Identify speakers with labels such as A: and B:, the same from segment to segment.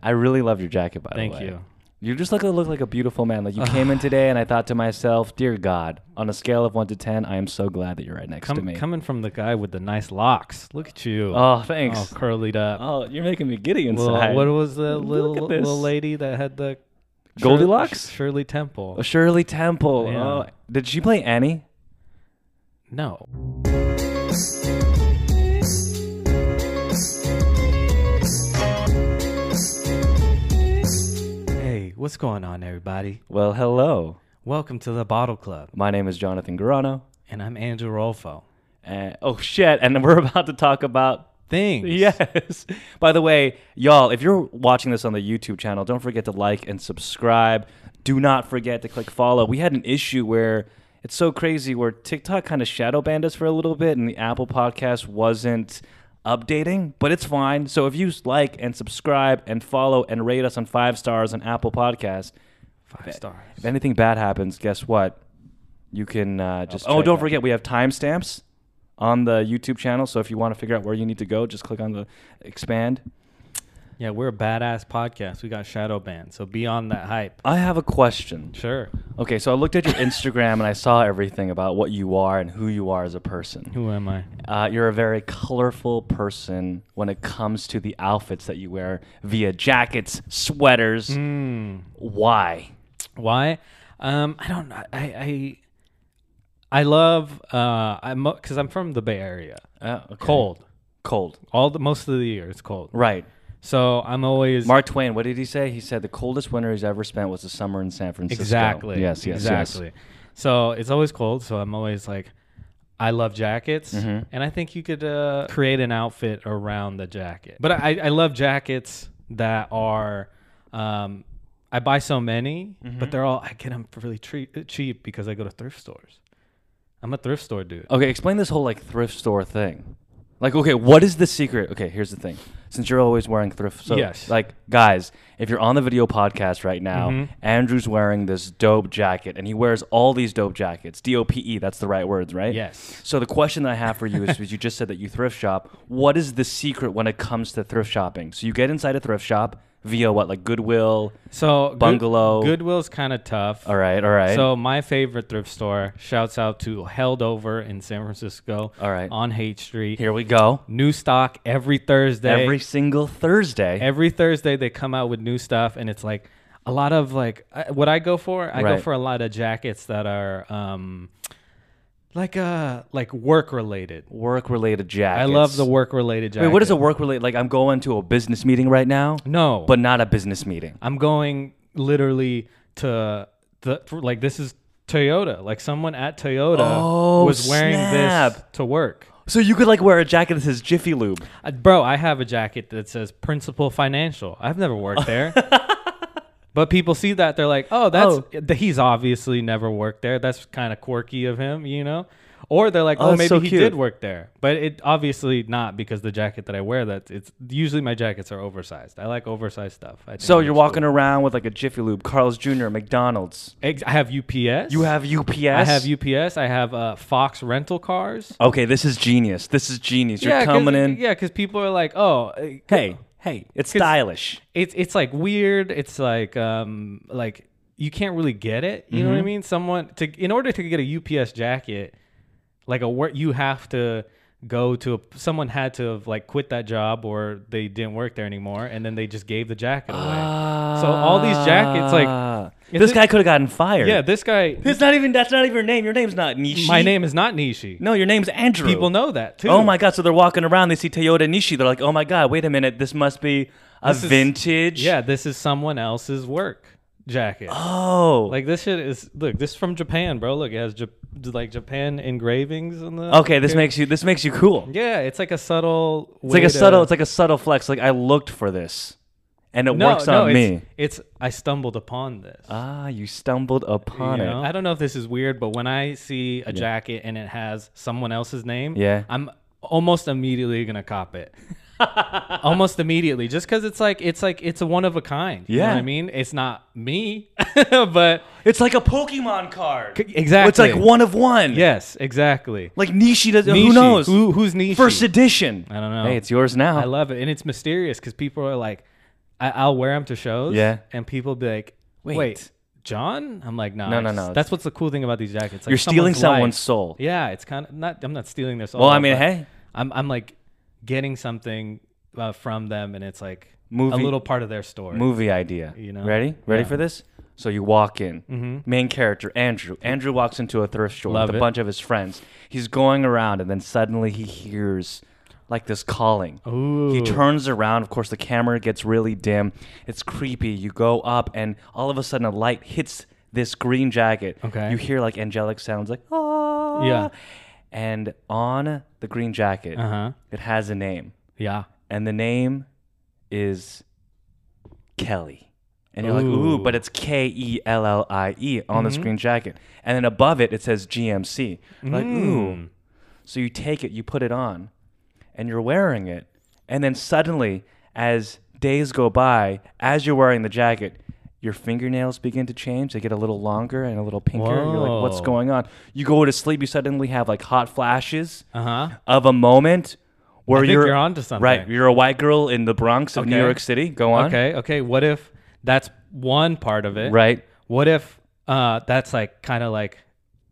A: I really love your jacket, by
B: Thank
A: the way.
B: you.
A: You just look, look like a beautiful man. Like you came in today, and I thought to myself, "Dear God, on a scale of one to ten, I am so glad that you're right next to
B: Come,
A: me."
B: coming from the guy with the nice locks. Look at you.
A: Oh, thanks.
B: All curled up.
A: Oh, you're making me giddy
B: Well,
A: inside.
B: what was the
A: Look
B: little,
A: at this.
B: little lady that had the Shir-
A: Goldilocks?
B: Shirley Temple.
A: Oh, Shirley Temple.
B: Yeah.
A: Oh, did she play Annie?
B: no. Hey, what's going on, everybody?
A: Well, hello.
B: Welcome to the Bottle Club,
A: My name is Jonathan Garano.
B: and I'm Andrew Rolfo.
A: And, oh shit! And we're about to talk about
B: Things.
A: Yes. By the way, y'all, if you're watching this on the YouTube channel, don't forget to like and subscribe. Do not forget to click follow. We had an issue where it's so crazy where TikTok kind of shadow banned us for a little bit and the Apple podcast wasn't updating, but it's fine. So if you like and subscribe and follow and rate us on five stars on Apple Podcast,
B: Five stars.
A: if anything bad happens, guess what? You can uh, just.
B: check
A: Oh, don't
B: out.
A: forget, we have timestamps on the YouTube channel. So if you want to figure out where you need to go, just click on the expand.
B: Yeah, we're a badass podcast. We got shadow banned, so be on that hype.
A: I have a question.
B: Sure.
A: Okay, so I looked at your Instagram and I saw everything about what you are and who you are as a person.
B: Who am I?
A: Uh, you're a very colorful person when it comes to the outfits that you wear via jackets, sweaters.
B: Hmm.
A: Why?
B: Why? Um, I don't. I I I love. Uh, I'm because I'm from the Bay Area.
A: Uh, okay.
B: Cold.
A: Cold.
B: All the most of the year it's cold.
A: Right.
B: So I'm always
A: Mark Twain, what did he say? He said the coldest winter he's ever spent was the summer in San Francisco.
B: exactly.
A: Yes, yes,
B: exactly. So it's always cold. So I'm always like, I love jackets,
A: Mm-hmm.
B: and I think you could uh, create an outfit around the jacket. But I I love jackets that are. Um, I buy so many,
A: Mm-hmm.
B: but they're all I get them really tre- uh, cheap because I go to thrift stores. I'm a thrift store dude.
A: Okay, explain this whole like thrift store thing. Like, okay, what is the secret? Okay, here's the thing. Since you're always wearing thrift, so
B: Yes.
A: like guys, if you're on the video podcast right now,
B: Mm-hmm.
A: Andrew's wearing this dope jacket, and he wears all these dope jackets. D O P E, that's the right words, right?
B: Yes.
A: So the question that I have for you is, is you just said that you thrift shop. What is the secret when it comes to thrift shopping? So you get inside a thrift shop via what, like Goodwill?
B: So Good-
A: Bungalow.
B: Goodwill's kind of tough.
A: All right, all right.
B: So my favorite thrift store shouts out to Held Over in San Francisco.
A: All right.
B: On Haight Street.
A: here we go.
B: New stock every Thursday.
A: every single Thursday.
B: every Thursday they come out with new stuff and it's like a lot of like I- what I go for. I
A: Right.
B: go for a lot of jackets that are um like uh like work related.
A: work related jackets.
B: I love the work related
A: Wait,
B: jacket.
A: what is a work related? Like, I'm going to a business meeting right now,
B: No.
A: but not a business meeting.
B: I'm going literally to the for- like this is Toyota. Like someone at Toyota
A: Oh,
B: was wearing this
A: snap.
B: to work.
A: So you could like wear a jacket that says Jiffy Lube.
B: Uh, bro, I have a jacket that says Principal Financial. I've never worked there. But people see that they're like, "Oh, that's th- he's obviously never worked there. That's kind of quirky of him, you know." Or they're like,
A: Oh,
B: "Oh,
A: that's
B: maybe
A: so
B: he
A: cute.
B: did work there." But it obviously not because the jacket that I wear that it's usually my jackets are oversized. I like oversized stuff. I think
A: So
B: it
A: you're
B: looks cool.
A: walking around with like a Jiffy Lube, Carl's Jr., McDonald's.
B: Ex- I have UPS.
A: You have UPS.
B: I have UPS. I have uh, Fox rental cars.
A: Okay, this is genius. This is genius. You're coming in.
B: Yeah, because people are like, oh, uh,
A: Hey, hey, it's stylish.
B: it's it's like weird. It's like um like you can't really get it. You know
A: Mm-hmm.
B: what I mean? Someone to in order to get a UPS jacket, like a work, you have to go to a, someone had to have like quit that job or they didn't work there anymore, and then they just gave the jacket away. so all these jackets, like
A: Ah. this
B: it-
A: guy could have gotten fired.
B: yeah, this guy.
A: It's not even. That's not even your name. Your name's not Nishi.
B: my name is not Nishi.
A: No, your name's Andrew.
B: People know that too.
A: Oh my god! So they're walking around. They see Toyota Nishi. They're like, "Oh my god! Wait a minute! This must be a
B: This is-
A: vintage."
B: Yeah, this is someone else's work jacket.
A: Oh.
B: Like this shit is look. This is from Japan, bro. Look, it has Jap- like Japan engravings on the.
A: okay. This makes you. This makes you cool.
B: Yeah, it's like a subtle.
A: It's like a subtle. It's like a subtle flex. Like I looked for this, and it
B: no,
A: works
B: no,
A: on
B: it's,
A: me.
B: It's I stumbled upon this.
A: Ah, you stumbled upon
B: you
A: it.
B: know? I don't know if this is weird, but when I see a jacket and it has someone else's name,
A: Yeah.
B: I'm almost immediately gonna cop it. almost immediately, just because it's like it's like it's a one of a kind. You know
A: Yeah.
B: what I mean, it's not me, but
A: It's like a Pokemon card.
B: exactly.
A: It's like one of one.
B: Yes, exactly.
A: Like Nishi doesn't. Who
B: Nishi.
A: knows?
B: Who, who's Nishi?
A: First edition.
B: I don't know.
A: Hey, it's yours now.
B: I love it, and it's mysterious because people are like, I, I'll wear them to shows.
A: Yeah.
B: And people be like,
A: Wait.
B: wait. John? I'm like, nah,
A: No,
B: I
A: no,
B: just-
A: no.
B: That's what's the cool thing about these jackets. Like
A: You're stealing
B: life.
A: someone's soul.
B: Yeah, it's kind of not. I'm not stealing their soul.
A: Well, I mean,
B: but
A: hey.
B: I'm I'm like getting something uh, from them, and it's like a
A: Movie-
B: little part of their story.
A: Movie idea.
B: You know?
A: Ready? Ready
B: Yeah. Mm-hmm.
A: for this? So you walk in. Main character Andrew. Andrew walks into a thrift store
B: Love
A: with a
B: it.
A: bunch of his friends. He's going around, and then suddenly he hears like this calling.
B: Ooh.
A: He turns around. Of course, the camera gets really dim. It's creepy. You go up, and all of a sudden, a light hits this green jacket.
B: Okay.
A: You hear like angelic sounds, like ah.
B: Yeah.
A: And on the green jacket,
B: Uh huh.
A: it has a name
B: Yeah.
A: and the name is Kelly. And you're like, ooh,
B: Ooh. Mm-hmm.
A: but it's K E L L I E on the screen jacket. And then above it, it says GMC. You're Like,
B: Mm.
A: ooh. So you take it, you put it on, and you're wearing it. And then suddenly, as days go by, as you're wearing the jacket, your fingernails begin to change. They get a little longer and a little pinker. You're like, what's
B: Whoa.
A: going on? You go to sleep, you suddenly have like hot flashes
B: Uh huh.
A: of a moment where
B: think
A: you're,
B: you're onto something.
A: Right, you're a white girl in the Bronx of New
B: Okay.
A: York City. Go on.
B: Okay. Okay. What if that's one part of it?
A: Right.
B: What if uh, that's like kind of like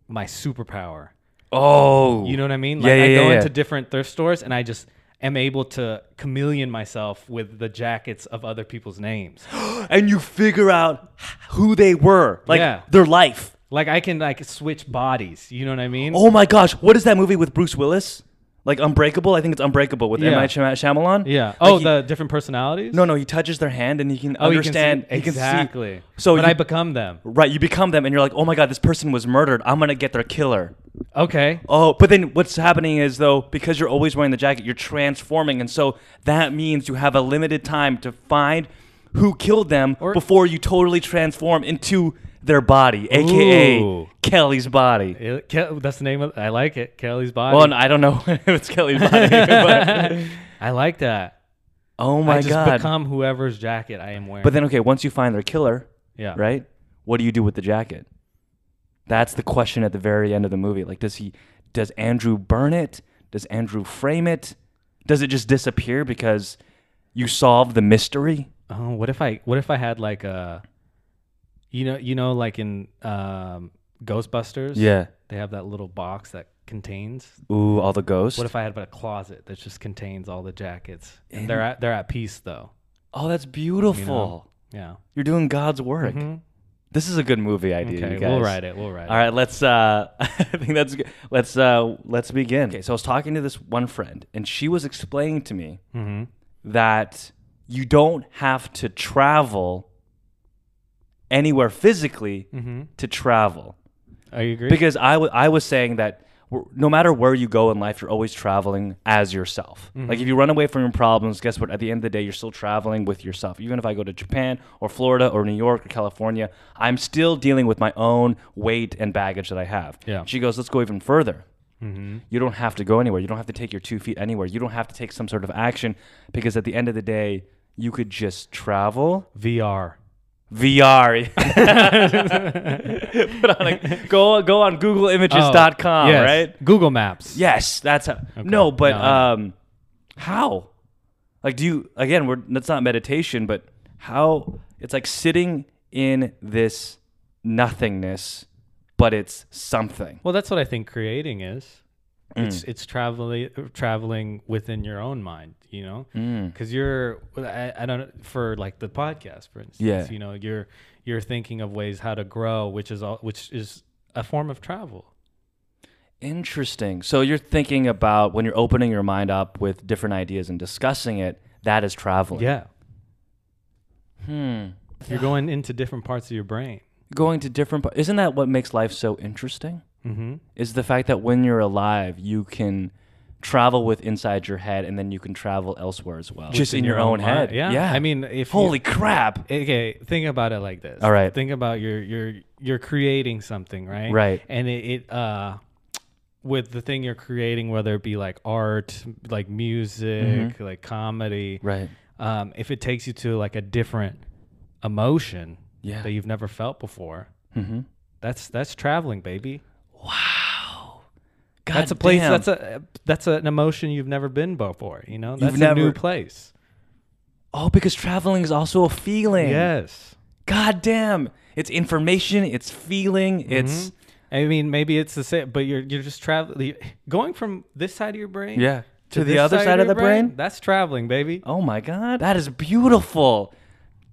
B: my superpower?
A: Oh,
B: You know what I mean?
A: Yeah,
B: Like
A: yeah,
B: I
A: yeah,
B: go
A: yeah.
B: into different thrift stores and I just am able to chameleon myself with the jackets of other people's names.
A: and you figure out who they were, like
B: Yeah.
A: their life.
B: like I can like switch bodies. You know what I mean?
A: Oh my gosh, what is that movie with Bruce Willis? Like Unbreakable. I think it's Unbreakable with M.
B: Yeah.
A: Night Shyam- Shyamalan.
B: Yeah.
A: Like,
B: Oh,
A: he-
B: the different personalities.
A: no, no. He touches their hand and he can
B: Oh, you can see-
A: understand. he can see-
B: exactly.
A: So,
B: but
A: you,
B: I become them.
A: right, you become them, and you're like, oh my god, this person was murdered. I'm gonna get their killer.
B: Okay.
A: Oh, but then what's happening is though, because you're always wearing the jacket, you're transforming, and so that means you have a limited time to find who killed them
B: Or-
A: before you totally transform into their body, aka
B: Ooh.
A: Kelly's body.
B: It- Ke- that's the name of. I like it. Kelly's body.
A: Well, and I don't know if it's Kelly's body, but
B: I like that.
A: oh my
B: I just
A: god!
B: become whoever's jacket I am wearing.
A: but then, okay, once you find their killer,
B: yeah.
A: right? What do you do with the jacket? That's the question at the very end of the movie. Like, does he, does Andrew burn it? Does Andrew frame it? Does it just disappear because you solved the mystery?
B: Oh, what if I what if I had like a you know you know like in um Ghostbusters? They have that little box that contains.
A: Ooh, all the ghosts.
B: What if I had a closet that just contains all the jackets? And they're at they're at peace though.
A: oh, that's beautiful. You Mm-hmm.
B: Yeah.
A: are doing God's work.
B: Mhm.
A: This is a good movie idea.
B: Okay,
A: Hmm? you guys.
B: we'll write it. We'll write
A: All right, let's. Uh, I think that's good. Let's uh, let's begin. Okay, so I was talking to this one friend, and she was explaining to me
B: it. Mhm.
A: that you don't have to travel anywhere physically
B: Mhm.
A: to travel.
B: Are you agree?
A: Because I wa- I was saying that w- no matter where you go in life, you're always traveling as yourself.
B: Mm-hmm.
A: Like if you run away from your problems, guess what? At the end of the day, you're still traveling with yourself. Even if I go to Japan or Florida or New York or California, I'm still dealing with my own weight and baggage that I have.
B: Yeah. Mm-hmm.
A: She goes, let's go even further. You don't have to go anywhere. You don't have to take your two feet anywhere. You don't have to take some sort of action because at the end of the day, you could just travel.
B: VR.
A: VR. Put on a, go go on googleimages.com,
B: Oh, yes.
A: right?
B: Google Maps.
A: Yes, that's how. No, but
B: No, I
A: um how? Like do you again, we're that's not meditation, but how it's like sitting in this nothingness, but it's something.
B: Well, that's what I think creating is. It's
A: Mm.
B: it's traveling traveling within your own mind, you know,
A: Mm.
B: because you're I, I don't for like the podcast, for instance,
A: Yeah.
B: you know, you're you're thinking of ways how to grow, which is all which is a form of travel.
A: Interesting. So you're thinking about when you're opening your mind up with different ideas and discussing it, that is traveling.
B: Yeah,
A: Hmm.
B: you're going into different parts of your brain.
A: Going to different par- isn't that what makes life so interesting?
B: Mm-hmm.
A: is the fact that when you're alive, you can travel with inside your head, and then you can travel elsewhere as well, just in your, own, head.
B: Yeah.
A: yeah.
B: I mean, if you-
A: holy crap!
B: okay think about it like this
A: All right.
B: think about your your you're creating something right
A: Right.
B: and it, it uh with the thing you're creating whether it be like art like music like comedy
A: Mm-hmm. Right.
B: um if it takes you to like a different emotion
A: Yeah.
B: that you've never felt before
A: Mm-hmm.
B: that's that's traveling baby
A: God
B: that's a place
A: damn.
B: that's a that's an emotion you've never been before you know that's a
A: never-
B: new place
A: Oh, because traveling is also a feeling.
B: Yes.
A: God damn. It's information, it's feeling, it's
B: I mean, maybe it's the same, but you're you're just traveling, going from this side of your brain,
A: Yeah. To the
B: this
A: other side of
B: your
A: the brain?
B: That's traveling, baby.
A: Oh my god. That is beautiful.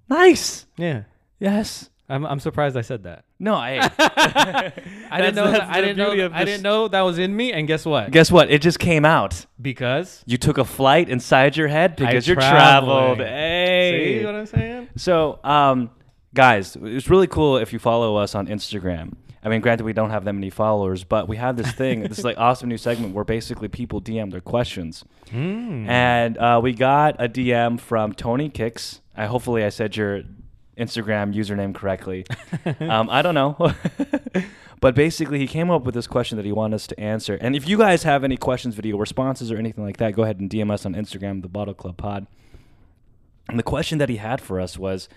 A: Nice.
B: Yeah,
A: Yes.
B: I'm I'm surprised I said that.
A: No, I
B: I didn't
A: That's-
B: know.
A: that's
B: That, I
A: the
B: didn't know.
A: beauty of
B: I
A: this.
B: didn't know that was in me. And guess what?
A: guess what? It just came out.
B: Because
A: You took a flight inside your head because you're
B: traveling.
A: traveled. Hey.
B: see what I'm saying?
A: So, um, guys, it's really cool if you follow us on Instagram. I mean, granted, we don't have that many followers, but we have this thing, this like awesome new segment where basically people DM their questions,
B: Hmm.
A: and uh, we got a DM from Tony Kicks. I hopefully I said your Instagram username correctly. um, I don't know, but basically he came up with this question that he wanted us to answer. And if you guys have any questions, video responses, or anything like that, go ahead and DM us on Instagram, the Bottle Club Pod. And the question that he had for us was,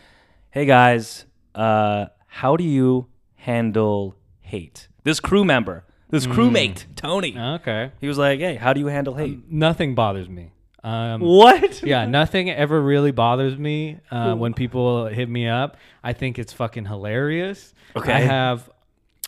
A: "Hey guys, uh, how do you handle hate?" This crew member, this crewmate, Tony.
B: Uh, Okay.
A: He was like, "Hey, how do you handle hate?"
B: Nothing bothers me. Um,
A: what?
B: yeah, nothing ever really bothers me uh, when people hit me up. I think it's fucking hilarious.
A: Okay.
B: I have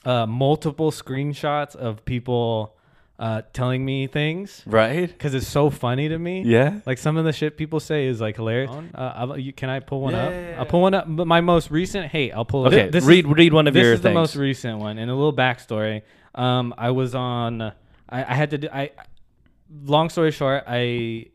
B: uh, multiple screenshots of people uh, telling me things
A: Right?
B: because it's so funny to me.
A: Yeah.
B: Like some of the shit people say is like hilarious. Uh, I'll, you, can I pull one
A: Yeah,
B: up?
A: yeah, yeah,
B: I'll pull one up. But my most recent, hey, I'll pull
A: Okay,
B: it. This,
A: read read one of
B: this
A: your
B: is the
A: things.
B: most recent one, and a little backstory. Um, I was on. I, I had to do. I. Long story short, I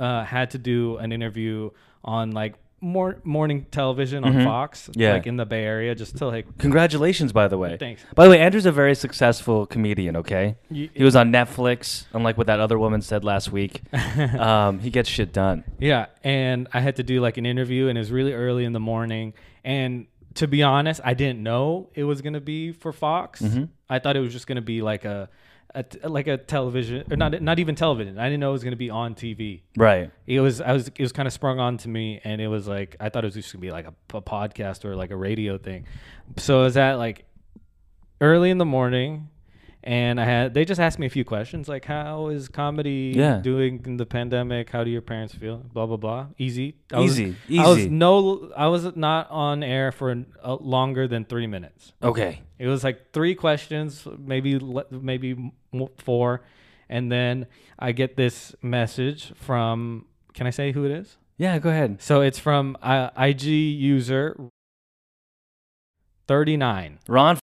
B: uh, had to do an interview on like more morning television on Fox,
A: Mm-hmm. Yeah.
B: like in the Bay Area, just to like.
A: Congratulations, by the way.
B: Thanks.
A: By the way, Andrew's a very successful comedian. Okay,
B: Y-
A: he was on Netflix. Unlike what that other woman said last week, um, he gets shit done.
B: Yeah, and I had to do like an interview, and it was really early in the morning. And to be honest, I didn't know it was gonna be for Fox. I thought it was just gonna be like a, a t- like a television, or not not even television. I didn't know it was gonna be on TV.
A: Right.
B: It was I was it was kind of sprung onto me, and it was like I thought it was just gonna be like a, a podcast or like a radio thing. So it was at like early in the morning. And I had they just asked me a few questions like how is comedy
A: Yeah.
B: doing in the pandemic? How do your parents feel? Blah blah blah. Easy, I was-
A: Easy,
B: I was
A: easy.
B: no, I was not on air for uh, longer than three minutes.
A: Okay.
B: It was like three questions, maybe le- maybe m- four, and then I get this message from. Can I say who it is?
A: Yeah. Go ahead.
B: So it's from uh, IG user thirty nine.
A: Ron,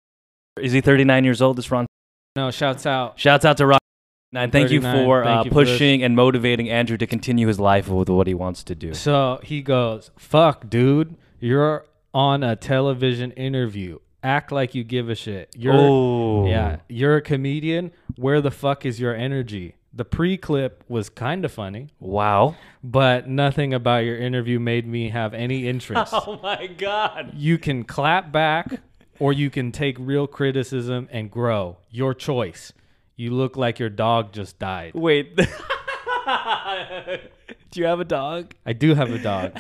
A: is he 39 years old? This Ron.
B: No, shouts out.
A: Shouts out to Rock. And thank you
B: 39,
A: for
B: thank
A: uh,
B: you for this.
A: pushing and motivating Andrew to continue his life with what he wants to do.
B: So he goes, "Fuck, dude, you're on a television interview. Act like you give a shit. You're
A: Oh,
B: Yeah, you're a comedian. Where the fuck is your energy? The pre clip was kind of funny,
A: Wow.
B: but nothing about your interview made me have any interest.
A: Oh my God.
B: you can clap back or you can take real criticism and grow. Your choice. You look like your dog just died.
A: Wait. do you have a dog?
B: I do have a dog.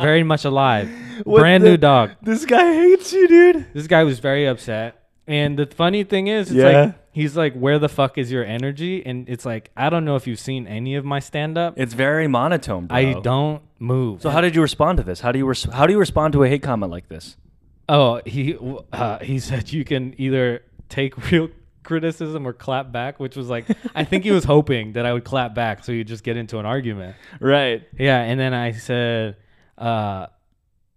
B: very much alive.
A: What
B: Brand
A: the-
B: new dog.
A: This guy hates you, dude.
B: This guy was very upset. And the funny thing is, it's
A: Yeah.
B: like he's like, "Where the fuck is your energy?" And it's like, I don't know if you've seen any of my stand up.
A: It's very monotone, bro.
B: I don't move.
A: So how did you respond to this? How do you res- how do you respond to a hate comment like this?
B: oh, he uh, he said you can either take real criticism or clap back, which was like I think he was hoping that I would clap back, so you just get into an argument.
A: Right.
B: Yeah, and then I said, uh,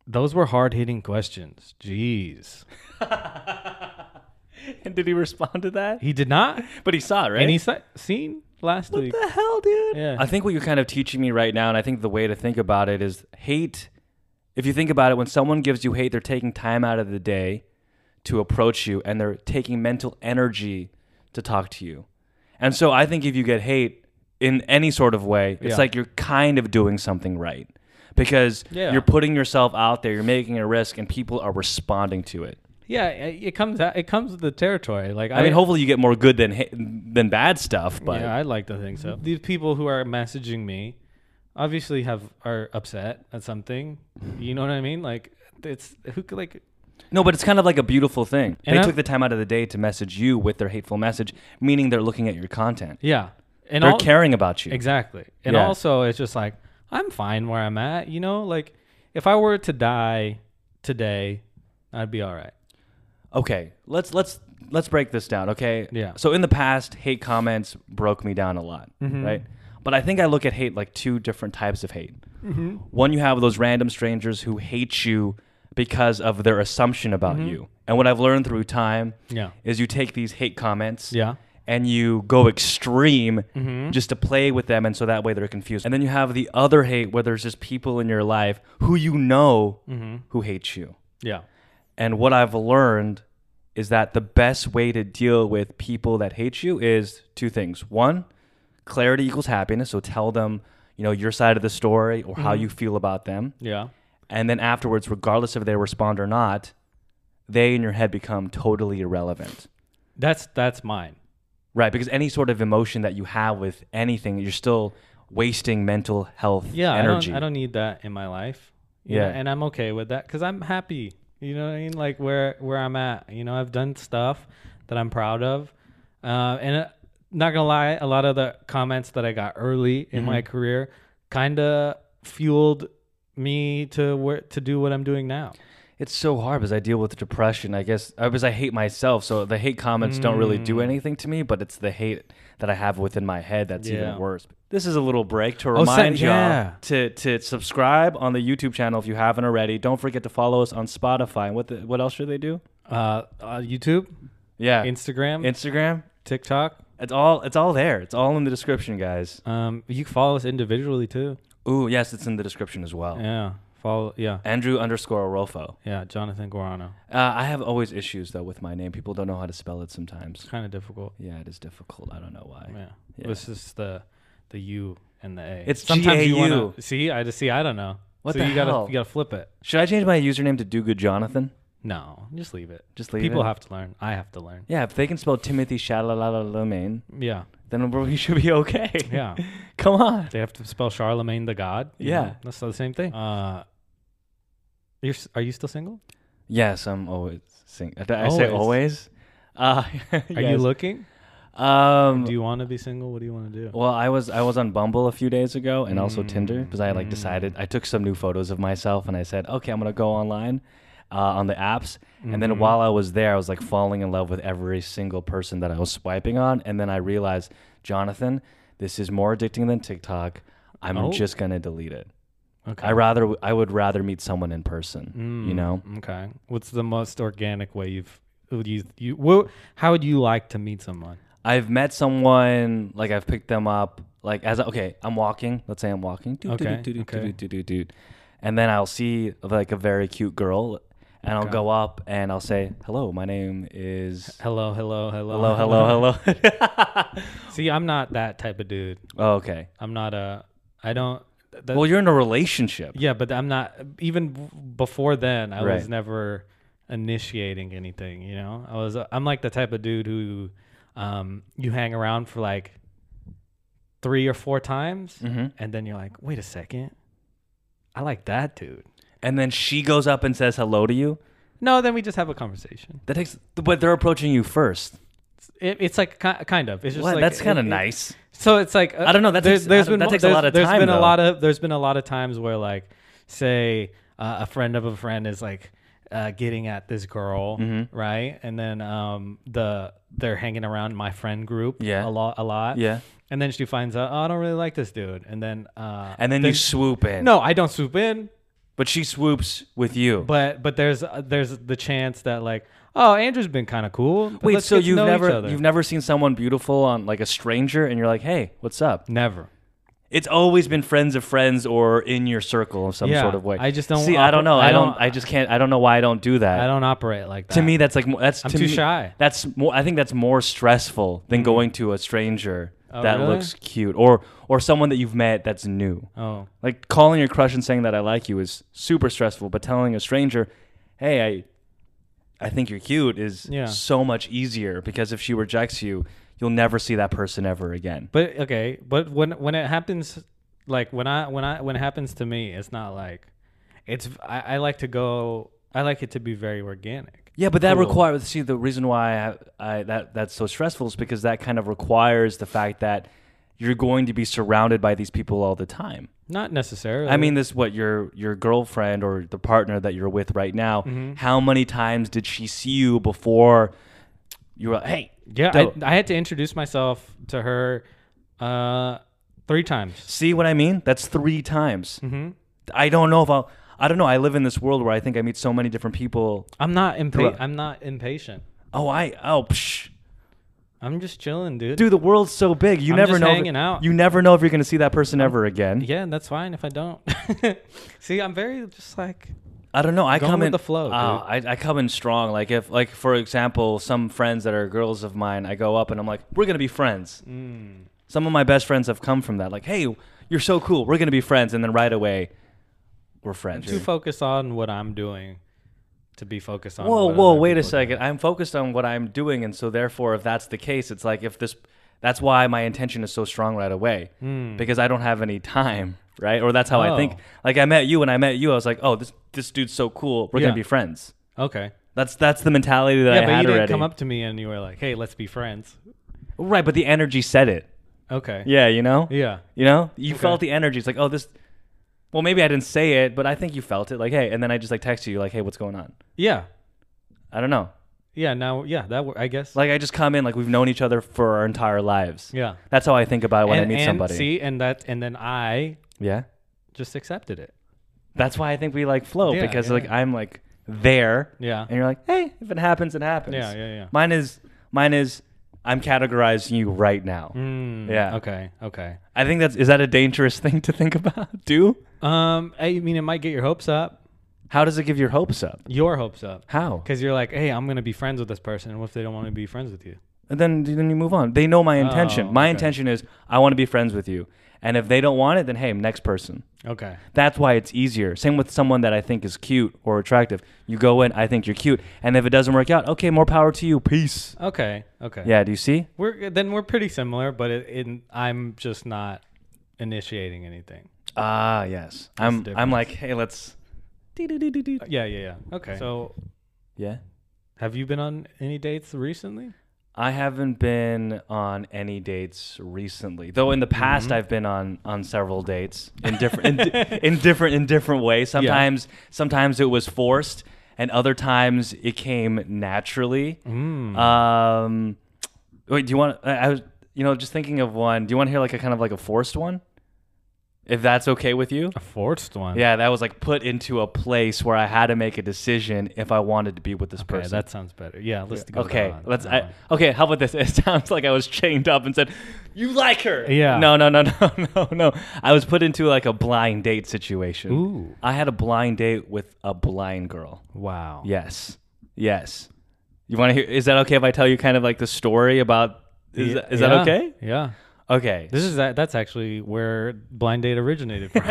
B: "Those were hard hitting questions." Jeez,
A: And did he respond to that?
B: he did not.
A: But he saw it, right?
B: And he said, "Seen last week."
A: the hell, dude?
B: Yeah.
A: I think what you're kind of teaching me right now, and I think the way to think about it is hate. If you think about it, when someone gives you hate, they're taking time out of the day to approach you and they're taking mental energy to talk to you. And so I think if you get hate in any sort of way, it's
B: Yeah.
A: like you're kind of doing something right because
B: Yeah.
A: you're putting yourself out there, you're making a risk, and people are responding to it.
B: Yeah, it it comes out, it comes with the territory. Like
A: I mean, hopefully you get more good than ha- than bad stuff, but
B: yeah, I'd like to think so. These people who are messaging me obviously have are upset at something. You know what I mean? Like it's who could like
A: No, but it's kind of like a beautiful thing.
B: And
A: they
B: I-
A: took the time out of the day to message you with their hateful message, meaning they're looking at your content.
B: yeah, and
A: They're
B: all
A: caring about you.
B: exactly. And
A: Yeah.
B: also, it's just like I'm fine where I'm at. You know, like if I were to die today, I'd be all right.
A: Okay, let's let's let's break this down. Okay.
B: Yeah.
A: So in the past, hate comments broke me down a lot,
B: Mm-hmm.
A: right? But I think I look at hate like two different types of hate.
B: Mm-hmm.
A: One, you have those random strangers who hate you because of their assumption about
B: Mm-hmm.
A: you. And what I've learned through time
B: Yeah.
A: is you take these hate comments
B: Yeah.
A: and you go extreme just to play with them and so that way they're confused and then you have the other hate where there's just people in your life who you know who hate you
B: Yeah.
A: and what i've learned is that the best way to deal with people that hate you is two things one clarity equals happiness so tell them you know your side of the story or how you feel about them
B: Yeah.
A: and then afterwards regardless if they respond or not they in your head become totally irrelevant
B: That's that's mine.
A: Right, because any sort of emotion that you have with anything, you're still wasting mental health
B: Yeah.
A: energy.
B: I don't I don't need that in my life. you
A: Yeah.
B: know, and I'm okay with that because I'm happy. You know what I mean? Like where where I'm at. You know, I've done stuff that I'm proud of, uh, and uh, not gonna lie, a lot of the comments that I got early
A: Mm-hmm.
B: in my career kind of fueled me to where to do what I'm doing now.
A: it's so hard because I deal with depression. I guess uh, because I hate myself, so the hate comments don't really
B: Mm.
A: do anything to me. But it's the hate that I have within my head that's
B: Yeah.
A: even worse. This is a little break to
B: Oh, sen-
A: remind y'all
B: yeah.
A: to to subscribe on the YouTube channel if you haven't already. Don't forget to follow us on Spotify. And What the, what else should they do?
B: Uh, uh, YouTube,
A: Yeah,
B: Instagram,
A: Instagram.
B: TikTok.
A: It's all it's all there. It's all in the description, guys.
B: Um, you can follow us individually too.
A: Ooh, yes, it's in the description as well.
B: Yeah, follow. Yeah,
A: Andrew underscore Rolfo.
B: yeah. Jonathan Guarano.
A: Uh, I have always issues though with my name. People don't know how to spell it sometimes.
B: Kind of difficult.
A: Yeah, it is difficult. I don't know why.
B: Yeah.
A: Yeah.
B: This is the the U and the A.
A: It's
B: you
A: GAU.
B: wanna- see. I just see. I don't know.
A: What
B: so
A: the
B: you gotta
A: hell?
B: you gotta flip it.
A: Should I change my username to Do Good Jonathan?
B: No, just leave it.
A: Just leave
B: People
A: it?
B: have to learn. I have to learn.
A: Yeah, if they can spell Timothy Shalalalamain,
B: Yeah,
A: then we should be okay.
B: yeah.
A: Come on.
B: they have to spell Charlemagne the God. you
A: Yeah.
B: know? that's the same thing. Uh, you're s- are you still single?
A: Yes, I'm always sing. Did I say always? Uh,
B: Are you
A: yes.
B: looking?
A: Um, Oh,
B: Do you want to be single? What do you want to do?
A: well, I was I was on Bumble a few days ago and also Tinder
B: Mm.
A: because I like decided I took some new photos of myself and I said, okay, I'm gonna go online uh, on the apps.
B: Mm.
A: And
B: Mm-hmm.
A: then while I was there, I was like falling in love with every single person that I was swiping on. And then I realized, Jonathan, this is more addicting than TikTok. I'm
B: Oh.
A: just gonna delete it.
B: Okay.
A: I rather I would rather meet someone in person. You
B: Mm,
A: know,
B: Okay. What's the most organic way you've would you you what, how would you like to meet someone?
A: I've met someone like I've picked them up like as I, okay I'm walking let's say I'm walking doot, doot,
B: Okay,
A: doot, doot,
B: okay.
A: doot, doot, doot, doot. and then I'll see like a very cute girl and I'll
B: Okay.
A: go up and I'll say hello my name is
B: Hello, hello, hello,
A: hello hello hello
B: See, I'm not that type of dude.
A: oh, okay
B: I'm not a. I don't. That,
A: well you're in a relationship
B: yeah, but I'm not. Even b- before then, I was
A: Right.
B: never initiating anything. You know, I was. I'm like the type of dude who, um, you hang around for like three or four times,
A: Mhm.
B: and then you're like, wait a second, I like that dude.
A: and then she goes up and says hello to you
B: No, then we just have a conversation.
A: that takes but they're approaching you first
B: It, it's like ki- kind of. It's just
A: What?
B: like
A: that's
B: it-
A: kind of
B: it-
A: nice
B: So it's like uh,
A: I don't know, that
B: there's,
A: takes-
B: there's
A: I don't-
B: been
A: that
B: mo-
A: takes a
B: there's-
A: lot of
B: There's
A: time,
B: been a
A: though.
B: lot of there's been a lot of times where like say uh, a friend of a friend is like uh, getting at this girl,
A: Mm-hmm.
B: right? And then um, the they're hanging around my friend group
A: Yeah.
B: a lot a lot.
A: Yeah.
B: And then she finds out, "Oh, I don't really like this dude." And then uh
A: and then you swoop in
B: no, I don't swoop in,
A: but she swoops with you
B: but but there's uh, there's the chance that like, "Oh, Andrew's been kind of cool." but
A: Wait,
B: let's
A: so
B: get to
A: you've
B: know each
A: never
B: other."
A: you've never seen someone beautiful on like a stranger, and you're like, hey, what's up?
B: never
A: It's always been friends of friends or in your circle in some
B: Yeah,
A: sort of way.
B: I just don't-
A: see. I don't know.
B: I
A: I
B: don't-
A: don't. I just can't. I don't know why I don't do that.
B: I don't operate like that.
A: to me, that's like mo- that's
B: I'm
A: to
B: too
A: me-
B: shy. Mm.
A: That's more. I think that's more stressful than going to a stranger
B: Oh,
A: that
B: really?
A: looks cute or or someone that you've met that's new.
B: Oh.
A: Like calling your crush and saying that I like you is super stressful, but telling a stranger, "Hey, I, I think you're cute," is
B: Yeah.
A: so much easier because if she rejects you, you'll never see that person ever again.
B: But okay, but when when it happens, like when I when I when it happens to me, it's not like it's. I, I like to go. I like it to be very organic.
A: Yeah, but that
B: Cool.
A: requires. See, the reason why I, I that that's so stressful is because that kind of requires the fact that you're going to be surrounded by these people all the time.
B: Not necessarily.
A: I mean, this what your your girlfriend or the partner that you're with right now.
B: Mm-hmm.
A: How many times did she see you before you were like, hey?
B: yeah, I,
A: dope.
B: I had to introduce myself to her uh, three times.
A: See what I mean? That's three times.
B: Mm-hmm.
A: I don't know if I'll. I don't know. I live in this world where I think I meet so many different people.
B: I'm not
A: Hello.
B: impa- I'm not impatient.
A: Oh, I oh, psh.
B: I'm just chilling, dude.
A: dude, the world's so big. You
B: I'm
A: never
B: just
A: know. if-
B: hanging out.
A: You never know if you're gonna see that person ever again.
B: Yeah, and that's fine if I don't. See, I'm very just like
A: I don't know. I
B: Going
A: come
B: with
A: in
B: the flow,
A: Oh, I, I come in strong. Like if, like for example, some friends that are girls of mine, I go up and I'm like, we're gonna be friends. Some of my best friends have come from that. Like, hey, you're so cool. We're gonna be friends, and then right away, we're friends.
B: too focused on what I'm doing to be focused on.
A: whoa,
B: what
A: whoa,
B: other
A: wait a
B: people are doing.
A: second. I'm focused on what I'm doing, and so therefore, if that's the case, it's like if this, that's why my intention is so strong right away because I don't have any time, right? Or that's how I think.
B: Hmm. Oh.
A: Like I met you, and I met you, I was like, oh, this this dude's so cool. We're
B: Yeah.
A: gonna be friends.
B: Okay.
A: That's that's the mentality that
B: Yeah,
A: I
B: but you
A: had
B: didn't
A: already.
B: come up to me and you were like, "Hey, let's be friends."
A: Right, but the energy said it.
B: Okay.
A: Yeah, you know?
B: Yeah.
A: You know? You
B: Okay.
A: felt the energy. It's like, oh, this well, maybe I didn't say it, but I think you felt it. Like, hey, and then I just like texted you, like, hey, what's going on?
B: Yeah.
A: I don't know.
B: Yeah. Now, yeah, that wor- I guess.
A: Like I just come in like we've known each other for our entire lives.
B: yeah.
A: That's how I think about it when
B: and,
A: I meet
B: and
A: somebody.
B: See, and that, and then I
A: yeah.
B: just accepted it.
A: That's why I think we like flow
B: Yeah,
A: because
B: yeah.
A: like I'm like there.
B: Yeah.
A: And you're like, hey, if it happens, it happens.
B: Yeah, yeah, yeah.
A: Mine is mine is I'm categorizing you right now.
B: Mm,
A: Yeah.
B: Okay. Okay.
A: I think that's is that a dangerous thing to think about? Do?
B: Um, I mean, it might get your hopes up,
A: How does it give your hopes up?
B: your hopes up,
A: How?
B: because you're like, "Hey, I'm gonna be friends with this person," and what if they don't want to be friends with you?
A: And then then you move on. They know my intention.
B: Oh,
A: my
B: okay.
A: intention is I want to be friends with you. And if they don't want it, then hey, next person.
B: Okay.
A: That's why it's easier. Same with someone that I think is cute or attractive. You go in, I think you're cute, and if it doesn't work out, okay, more power to you. Peace.
B: Okay. Oh, Okay.
A: Yeah, do you see?
B: We're then we're pretty similar, but it, in I'm just not initiating anything.
A: Ah, yes. I'm
B: the
A: I'm like, "Hey, let's
B: Yeah, yeah, yeah. Okay. So,
A: Yeah.
B: have you been on any dates recently?
A: I haven't been on any dates recently, though. In the past, I've been on on several dates in different in, di- in different in different ways. Sometimes, sometimes it was forced, and other times it came naturally.
B: Mm-hmm. Uh,
A: Um, wait, do you want? I, I was, you know, just thinking of one. Do you want to hear like a kind of like a forced one, if that's okay with you?
B: A forced one.
A: Yeah, that was like put into a place where I had to make a decision if I wanted to be with this
B: Okay,
A: person.
B: that sounds better. Yeah, let's go. with
A: Okay,
B: that one.
A: let's.
B: That
A: I,
B: one.
A: okay, how about this? It sounds like I was chained up and said, "You like her."
B: Yeah.
A: No, no, no, no, no, no. I was put into like a blind date situation.
B: Ooh.
A: I had a blind date with a blind girl.
B: Wow.
A: Yes. Yes. You want to hear? Is that okay if I tell you kind of like the story about? Is,
B: Ye-
A: that, is
B: yeah,
A: that okay?
B: Yeah.
A: Okay.
B: This is that. That's actually where blind date originated from.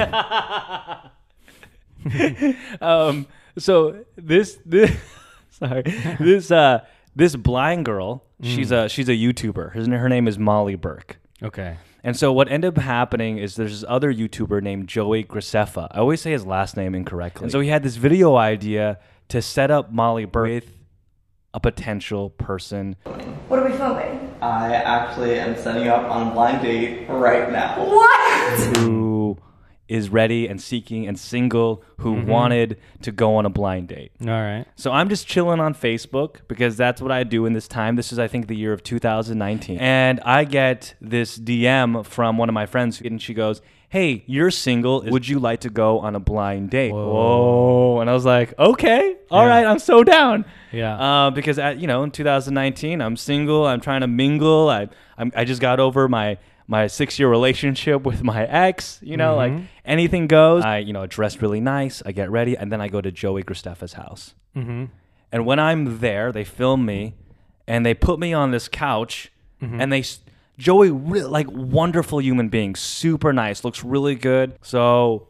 A: um, so this this sorry this uh this blind girl she's
B: Mm.
A: a she's a YouTuber. Her, her name is Molly Burke.
B: okay.
A: And so what ended up happening is there's this other YouTuber named Joey Graceffa. I always say his last name incorrectly. And so he had this video idea to set up Molly Burke with a potential person.
C: What are we filming?
D: I actually am setting up on a blind date right now.
C: What?
A: who is ready and seeking and single who wanted to go on a blind date.
B: All right.
A: So I'm just chilling on Facebook because that's what I do in this time. This is I think the year of 2019. And I get this DM from one of my friends and she goes, "Hey, you're single. Would you like to go on a blind date?" Whoa. And I was like, "Okay. all
B: Yeah.
A: right, I'm so down."
B: Yeah.
A: Uh, because at, you know, in 2019, I'm single. I'm trying to mingle. I I'm, I just got over my my six year relationship with my ex. You know, like anything goes. I you know dress really nice. I get ready, and then I go to Joey Graceffa's house. And when I'm there, they film me, and they put me on this couch, and they. s- Joey, re- like wonderful human being, super nice, looks really good. So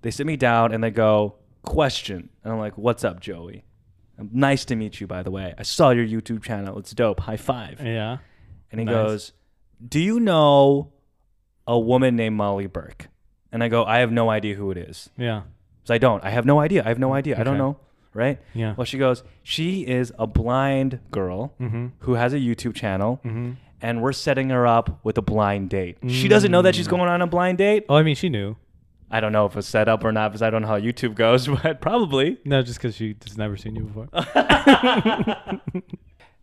A: they sit me down and they go, question. And I'm like, what's up, Joey? Nice to meet you, by the way. I saw your YouTube channel. It's dope. High five.
B: yeah.
A: And he
B: nice.
A: goes, Do you know a woman named Molly Burke? And I go, I have no idea who it is.
B: Yeah.
A: So I don't. I have no idea. I have no idea. I don't
B: Okay.
A: know. Right?
B: Yeah. Mm-hmm.
A: Well, she goes, She is a blind girl who has a YouTube channel. and we're setting her up with a blind date. She doesn't know that
B: Mm.
A: she's going on a blind date.
B: Oh, I mean, she knew.
A: I don't know if it's set up or not because I don't know how YouTube goes, but probably.
B: No, just because she's never seen you before.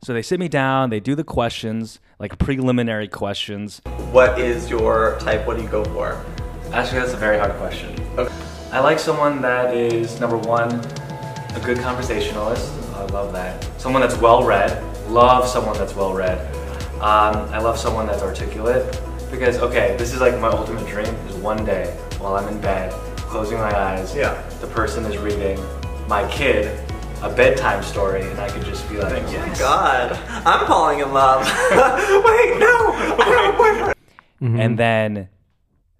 A: So they sit me down, they do the questions, like preliminary questions.
D: What is your type? What do you go for?
A: Actually, that's a very hard question.
D: Okay.
A: I like someone that is number one, a good conversationalist. I love that. Someone that's well read. Love someone that's well read. Um, I love someone that's articulate because okay, this is like my ultimate dream is one day while I'm in bed, closing my eyes,
D: Yeah.
A: the person is reading my kid a bedtime story, and I could just be like,
D: Oh my
A: "Yes."
D: God, I'm falling in love. Wait, no, I have a boyfriend.
A: and then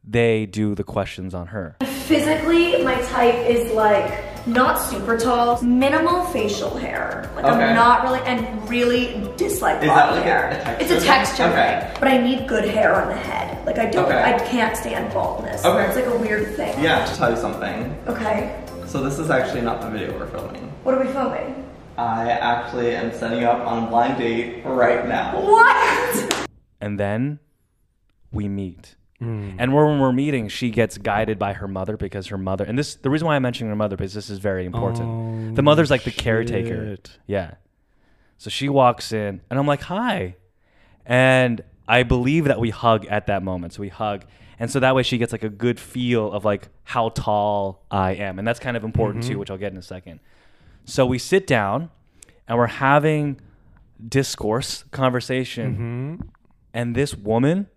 A: they do the questions on her.
C: Physically, my type is like not super tall, minimal facial hair. Like
D: Okay.
C: I'm not really, and really dislike
D: Is
C: long
D: that like a
C: hair.
D: texture
C: it's a
D: thing?
C: texture
D: Okay.
C: thing, but I need good hair on the head. Like I don't,
D: Okay.
C: I can't stand baldness.
D: Okay.
C: It's like a weird thing.
D: Yeah, to tell you something.
C: Okay.
D: So this is actually not the video we're filming.
C: What are we filming?
D: I actually am setting up on a blind date right now.
C: What?
A: and then we meet. And when we're meeting, she gets guided by her mother because her mother, and this the reason why I'm mentioning her mother because this is very important. the mother's like the caretaker,
B: shit.
A: yeah. So she walks in, and I'm like, "Hi," and I believe that we hug at that moment. So we hug, and so that way she gets like a good feel of like how tall I am, and that's kind of important too, which I'll get in a second. So we sit down, and we're having discourse conversation
B: Hmm?
A: and this woman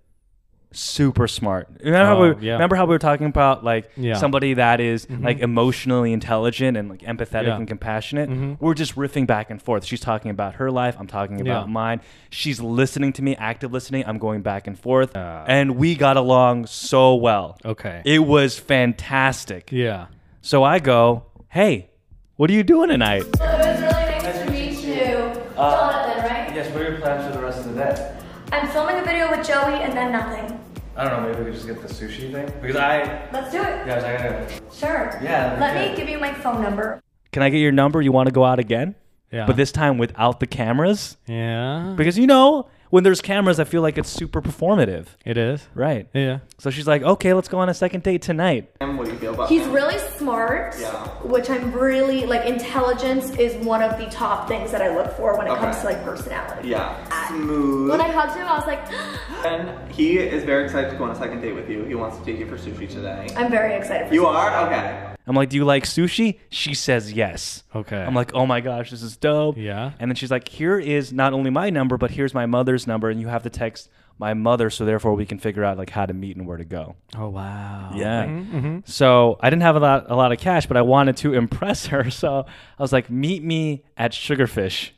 A: super smart remember, how,
B: Oh,
A: we,
B: yeah.
A: remember how we were talking about like
B: Yeah. Mm-hmm.
A: somebody that is, like emotionally intelligent and like empathetic
B: Yeah. Mm-hmm.
A: and compassionate we're just riffing back and forth she's talking about her life i'm talking about
B: Yeah.
A: mine she's listening to me active listening i'm going back and forth and we got along so well
B: Uh. Okay.
A: it was fantastic
B: yeah.
A: so i go hey what are you doing tonight
E: Well, it was really nice to meet you.
D: Uh,
E: Jonathan, right?
A: yes what are your plans for the rest of the day
C: I'm filming a video with Joey and then nothing.
A: i don't know maybe we could just get the sushi thing because i
C: Let's do it.
A: guys i gotta
C: Sure.
A: Yeah, that'd be
C: Let
A: good.
C: me give you my phone number.
A: can I get your number? You want to go out again?
B: Yeah.
A: But this time without the cameras?
B: Yeah.
A: Because you know, when there's cameras, I feel like it's super performative.
B: It is.
A: Right.
B: Yeah.
A: So she's like, okay, let's go on a second date tonight.
D: And what do you feel about
C: He's
D: him?
C: really smart,
D: Yeah.
C: which I'm really like. Intelligence is one of the top things that I look for when it
D: Okay.
C: comes to like personality.
D: Yeah, smooth.
C: When I hugged him, I was like,
D: And he is very excited to go on a second date with you. He wants to take you for sushi today.
C: I'm very excited. For
D: You
C: this.
D: are? Okay.
A: I'm like, do you like sushi? She says yes.
B: Okay.
A: I'm like, oh my gosh, this is dope.
B: Yeah.
A: And then she's like, here is not only my number, but here's my mother's number, and you have to text my mother, so therefore we can figure out like how to meet and where to go.
B: Oh wow.
A: Yeah. So I didn't have a lot, a lot of cash, but I wanted to impress her. So I was like, meet me at Sugarfish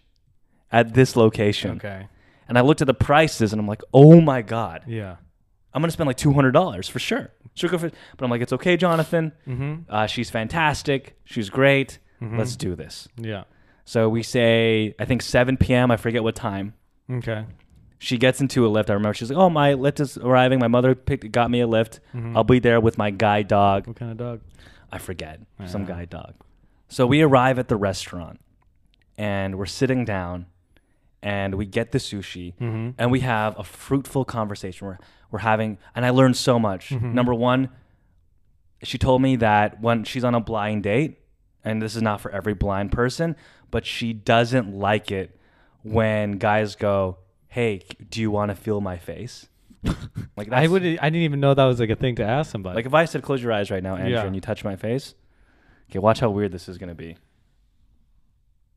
A: at this location.
B: Okay.
A: And I looked at the prices and I'm like, oh my God,
B: Yeah.
A: I'm going to spend like $200 for sure. Sugarfish. But I'm like, it's okay, Jonathan. Mm-hmm. Uh, she's fantastic. She's great. Let's do this.
B: Yeah.
A: So we say, I think 7 p.m., I forget what time.
B: Okay.
A: She gets into a lift. I remember she's like, "Oh, my lift is arriving. My mother picked, got me a lift. I'll be there with my guide dog.
B: What kind of dog?
A: I forget. Some guy dog. So we arrive at the restaurant and we're sitting down and we get the sushi
B: Mm-hmm.
A: and we have a fruitful conversation. We're, we're having, and I learned so much.
B: Mm-hmm.
A: Number one, she told me that when she's on a blind date, and this is not for every blind person, but she doesn't like it when guys go, Hey, do you want to feel my face? like
B: I
A: that's-
B: would. I didn't even know that was like a thing to ask somebody.
A: like if I said, "Close your eyes right now, Andrew,"
B: Yeah.
A: and you touch my face, okay, watch how weird this is gonna be.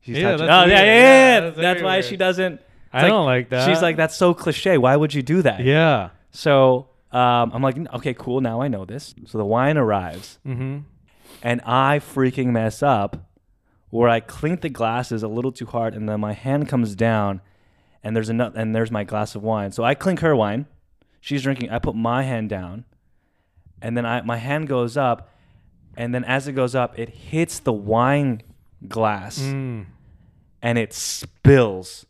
A: She's
B: Yeah,
A: touching-
B: that's
A: oh yeah, yeah,
B: weird.
A: yeah,
B: Yeah,
A: yeah.
B: that's
A: That's,
B: very
A: why
B: weird.
A: she doesn't.
B: I
A: it's
B: don't like that.
A: She's like, "That's so cliche. Why would you do that?"
B: yeah.
A: So um, I'm like, "Okay, cool. Now I know this." So the wine arrives,
B: Mhm.
A: and I freaking mess up, where I clink the glasses a little too hard, and then my hand comes down, and there's another, and there's my glass of wine. So I clink her wine. She's drinking. I put my hand down, and then I my hand goes up, and then as it goes up, it hits the wine glass, and it spills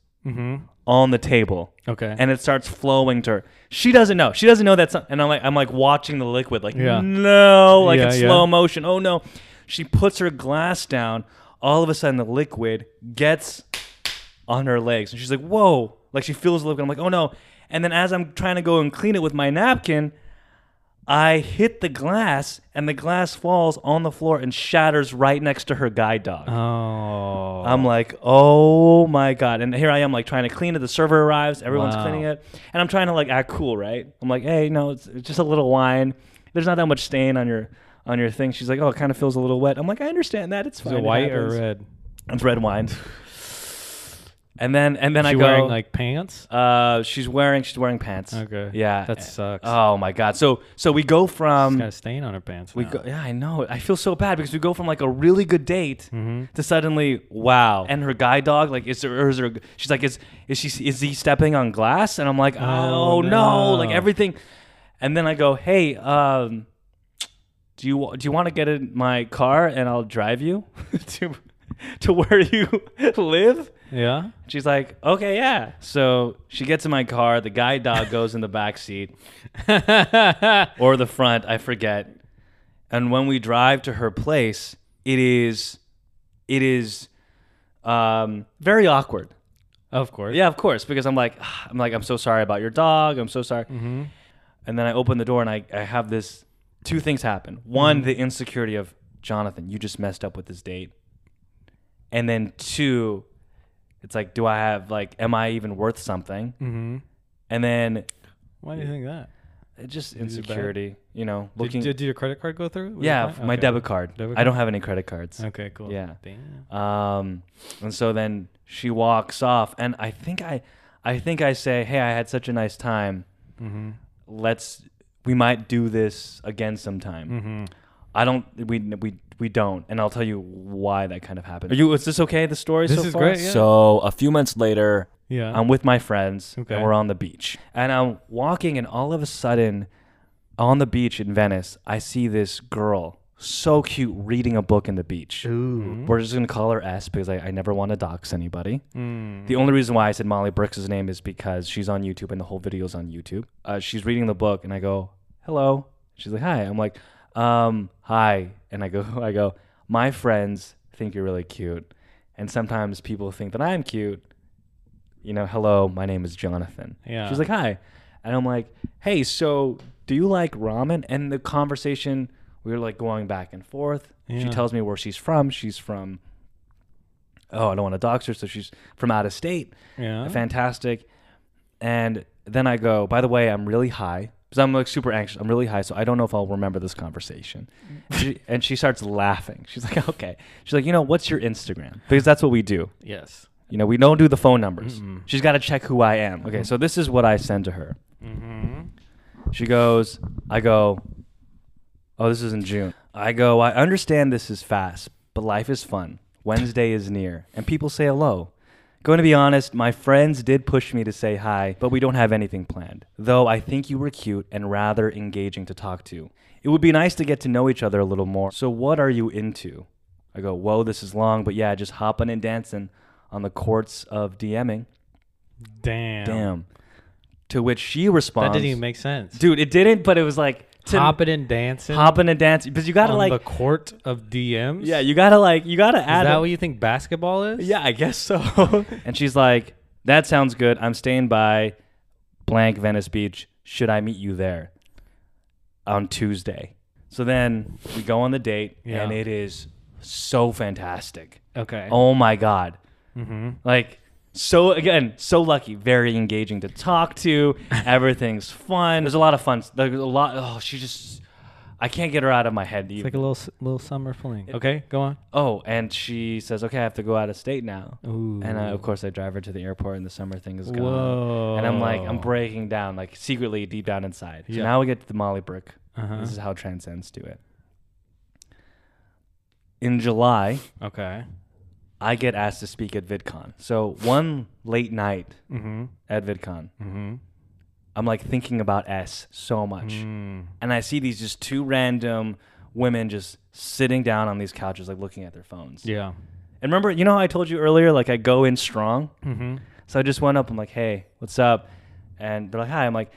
A: on the table.
B: Okay.
A: and it starts flowing to her. She doesn't know. She doesn't know that's. And I'm like, I'm like watching the liquid, like
B: Yeah.
A: no, like
B: Yeah,
A: in
B: yeah.
A: slow motion. Oh no, she puts her glass down. All of a sudden, the liquid gets on her legs, and she's like, whoa, like she feels the liquid. I'm like, oh no. And then as I'm trying to go and clean it with my napkin, I hit the glass and the glass falls on the floor and shatters right next to her guide dog.
B: Oh.
A: I'm like, oh my god! And here I am, like trying to clean it. The server arrives, everyone's
B: Wow.
A: cleaning it, and I'm trying to like act cool, right? I'm like, hey, no, it's, it's just a little wine. There's not that much stain on your on your thing. She's like, oh, it kind of feels a little wet. I'm like, I understand that. It's
B: Is
A: fine.
B: it white or
A: happens."
B: red?
A: It's red wine. and then and then
B: Is
A: I
B: she
A: go
B: wearing like pants?
A: uh, she's wearing she's wearing pants.
B: Okay.
A: Yeah.
B: That sucks.
A: Oh my god. So so we go
B: She's
A: from
B: got a stain on her pants.
A: we
B: now.
A: go, yeah, I know. I feel so bad because we go from like a really good date to suddenly, wow. Mm-hmm. And her guide dog, like, is there, or is there, she's like, is, is she, is he stepping on glass? And I'm like, oh,
B: Oh,
A: no.
B: no.
A: like everything. And then I go, hey, um, do you, do you want to get in my car and I'll drive you to, to where you live?
B: Yeah.
A: She's like, okay, yeah. So she gets in my car. The guide dog goes in the back seat or the front, I forget. And when we drive to her place, it is, it is, um, very awkward.
B: of course.
A: Yeah, of course, because I'm like, "Ah," I'm like, I'm so sorry about your dog. I'm so sorry.
B: Mm-hmm.
A: And then I open the door and I, I have this. Two things happen. One,
B: Mm-hmm.
A: the insecurity of Jonathan, you just messed up with this date. And then two, it's like, do I have like, am I even worth something?
B: Mm-hmm.
A: And then
B: Why do you think that?
A: it just
B: it bad?
A: insecurity, you know,
B: Did,
A: looking.
B: did, did your credit card go through? Was it
A: yeah,
B: fine?
A: my
B: Okay.
A: debit card.
B: Debit
A: I don't have any credit cards.
B: Okay, cool.
A: Yeah.
B: Damn.
A: Um, and so then she walks off, and I think I, I think I say, "Hey, I had such a nice time.
B: Mm-hmm.
A: Let's, we might do this again sometime."
B: Mm-hmm.
A: I don't. We we we don't, and I'll tell you why that kind of happened. Are you? Is this okay? The story
B: This
A: so
B: is
A: far?
B: great, yeah.
A: So a few months later,
B: Yeah.
A: I'm with my friends,
B: Okay.
A: and we're on the beach, and I'm walking, and all of a sudden, on the beach in Venice, I see this girl. So cute reading a book in the beach. We're just gonna call her S because I, I never want to dox anybody. The only reason why I said Molly Brooks' name is because she's on YouTube and the whole video's on YouTube. Uh, she's reading the book and I go, "Hello." She's like, "Hi." I'm like, um, "Hi," and I go, "I go." My friends think you're really cute, and sometimes people think that I'm cute. You know, hello, my name is Jonathan.
B: Yeah.
A: She's like, "Hi," and I'm like, "Hey, so do you like ramen?" And the conversation we were like going back and forth. She
B: Yeah.
A: tells me where she's from. She's from oh, I don't want to dox her, so she's from out of state.
B: Yeah.
A: Fantastic. And then I go, by the way, I'm really high. Because I'm like super anxious. I'm really high, so I don't know if I'll remember this conversation. She- and she starts laughing. She's like, okay. She's like, you know, what's your Instagram? Because that's what we do.
B: yes.
A: You know, we don't do the phone numbers. She's got to check who I am. Okay, so this is what I send to her. She goes, I go, oh, this is in June. I go, I understand this is fast, but life is fun. Wednesday is near, and people say hello. Going to be honest, my friends did push me to say hi, but we don't have anything planned. Though I think you were cute and rather engaging to talk to. It would be nice to get to know each other a little more. So, what are you into? I go, whoa, this is long, but yeah, just hopping and dancing on the courts of DMing.
B: Damn.
A: Damn. To which she responds,
B: That didn't even make sense.
A: dude, it didn't, but it was like to
B: Hopping and dancing.
A: hopping and dancing because you gotta
B: on
A: like,
B: the court of DMs.
A: yeah, you gotta like, you gotta
B: Is
A: add.
B: that
A: a-
B: what you think basketball is?
A: yeah, I guess so. and she's like, that sounds good. I'm staying by blank Venice Beach. Should I meet you there on Tuesday? So then we go on the date,
B: Yeah.
A: and it is so fantastic.
B: Okay.
A: Oh my god. Mm-hmm. Like so again, so lucky, very engaging to talk to. Everything's fun. There's a lot of fun. There's a lot. Oh, she just. I can't get her out of my head.
B: It's like a little s- little summer fling. Okay, go on.
A: oh, and she says, "Okay, I have to go out of state now."
B: Ooh.
A: And I, of course, I drive her to the airport, and the summer thing is gone.
B: Whoa.
A: And I'm like, I'm breaking down, like secretly deep down inside. So
B: Yeah.
A: now we get to the Molly Brook.
B: Uh-huh.
A: This is how it transcends to it. In July,
B: Okay.
A: I get asked to speak at VidCon. So one late night
B: Mm-hmm.
A: at VidCon,
B: Mm-hmm.
A: I'm like thinking about S so much.
B: Mm.
A: And I see these just two random women just sitting down on these couches, like looking at their phones.
B: Yeah.
A: And remember, you know how I told you earlier, like I go in strong?
B: Mm-hmm.
A: So I just went up, I'm like, hey, what's up? And they're like, hi. I'm like,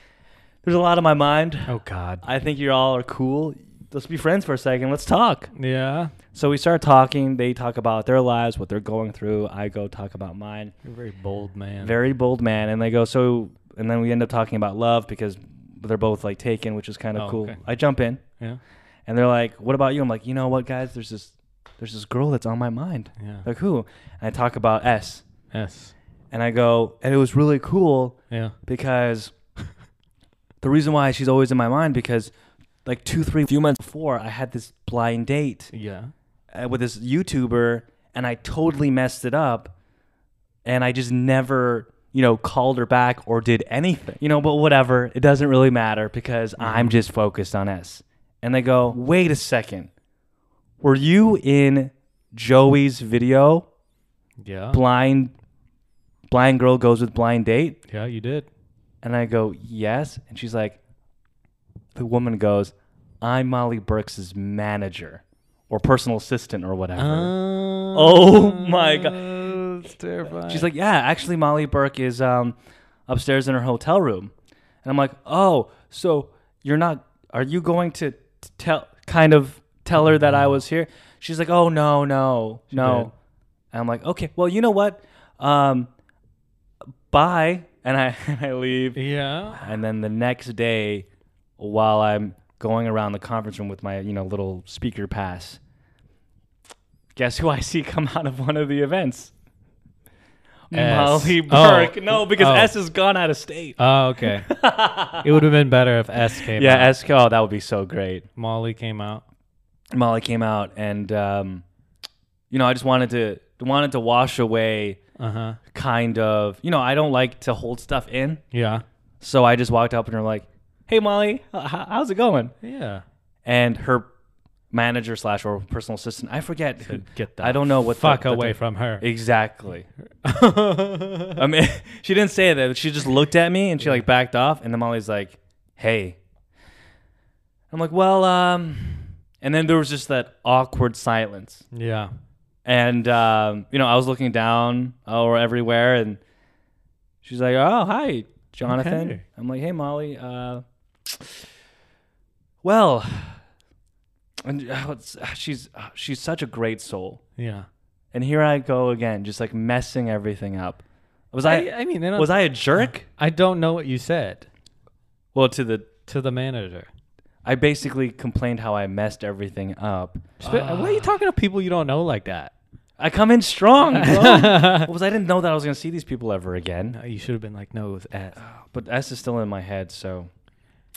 A: there's a lot on my mind.
B: Oh God.
A: I think you all are cool. Let's be friends for a second. Let's talk.
B: yeah.
A: So we start talking. They talk about their lives, what they're going through. I go talk about mine.
B: You're a very bold man.
A: Very bold man. And they go, so and then we end up talking about love because they're both like taken, which is kind of
B: Oh,
A: cool.
B: okay.
A: I jump in,
B: Yeah.
A: and they're like, "What about you?" I'm like, "You know what, guys? There's this there's this girl that's on my mind.
B: Yeah.
A: Like who?" And I talk about S,
B: Yes.
A: and I go, and it was really cool
B: Yeah.
A: because the reason why she's always in my mind because like two, three, few months before, I had this blind date
B: Yeah.
A: uh, with this YouTuber, and I totally messed it up, and I just never, you know, called her back or did anything, you know. But whatever, it doesn't really matter because I'm just focused on S. And they go, wait a second, were you in Joey's video?
B: Yeah.
A: Blind, blind girl goes with blind date,
B: Yeah, you did.
A: and I go, yes, and she's like, the woman goes, I'm Molly Brooks's manager. Or personal assistant, or whatever.
B: Ah.
A: Oh my god.
B: It's Um, terrifying.
A: She's like, "Yeah, actually Molly Burke is um upstairs in her hotel room." And I'm like, "Oh, so you're not are you going to t- tell kind of tell her that I was here?" She's like, "Oh, no, no.
B: did.
A: no." And I'm like, "Okay, well, you know what? Um bye." And I and I leave.
B: Yeah.
A: And then the next day, while I'm going around the conference room with my, you know, little speaker pass, guess who I see come out of one of the events?
B: S.
A: Molly
B: Oh.
A: Burke. No, because
B: Oh.
A: S has gone out of state.
B: Oh, okay. it would have been better if S came out.
A: yeah, S. Oh, that would be so great.
B: Molly came out.
A: Molly came out, and um, you know, I just wanted to wanted to wash away
B: Uh huh.
A: kind of, you know, I don't like to hold stuff in,
B: Yeah.
A: so I just walked up and her like, "Hey, Molly, h- h- how's it going?"
B: Yeah.
A: and her manager slash or personal assistant. I forget. Who,
B: Get the
A: I don't know what the-
B: fuck
A: the-
B: away
A: the-
B: from her.
A: Exactly. I mean, she didn't say that. But she just looked at me and she like backed off. And then Molly's like, "Hey." I'm like, "Well, um," and then there was just that awkward silence.
B: yeah.
A: And um, you know, I was looking down oh, or everywhere, and she's like, "Oh, hi, Jonathan."
B: Okay.
A: I'm like, "Hey, Molly." Uh, well, and uh, it's- she's she's such a great soul,
B: Yeah.
A: and here I go again, just like messing everything up. Was I,
B: I uh, uh-huh. mean, I don't,
A: was I a jerk?
B: I don't know what you said
A: Well, to the
B: to the manager.
A: I basically complained how I messed everything up.
B: Sp-
A: Ah.
B: Why are you talking to people you don't know like that?
A: I come in strong, bro. because I didn't know that I was gonna see these people ever again.
B: No, Uh, you should have been like, no, it was S.
A: Oh. But S is still in my head, so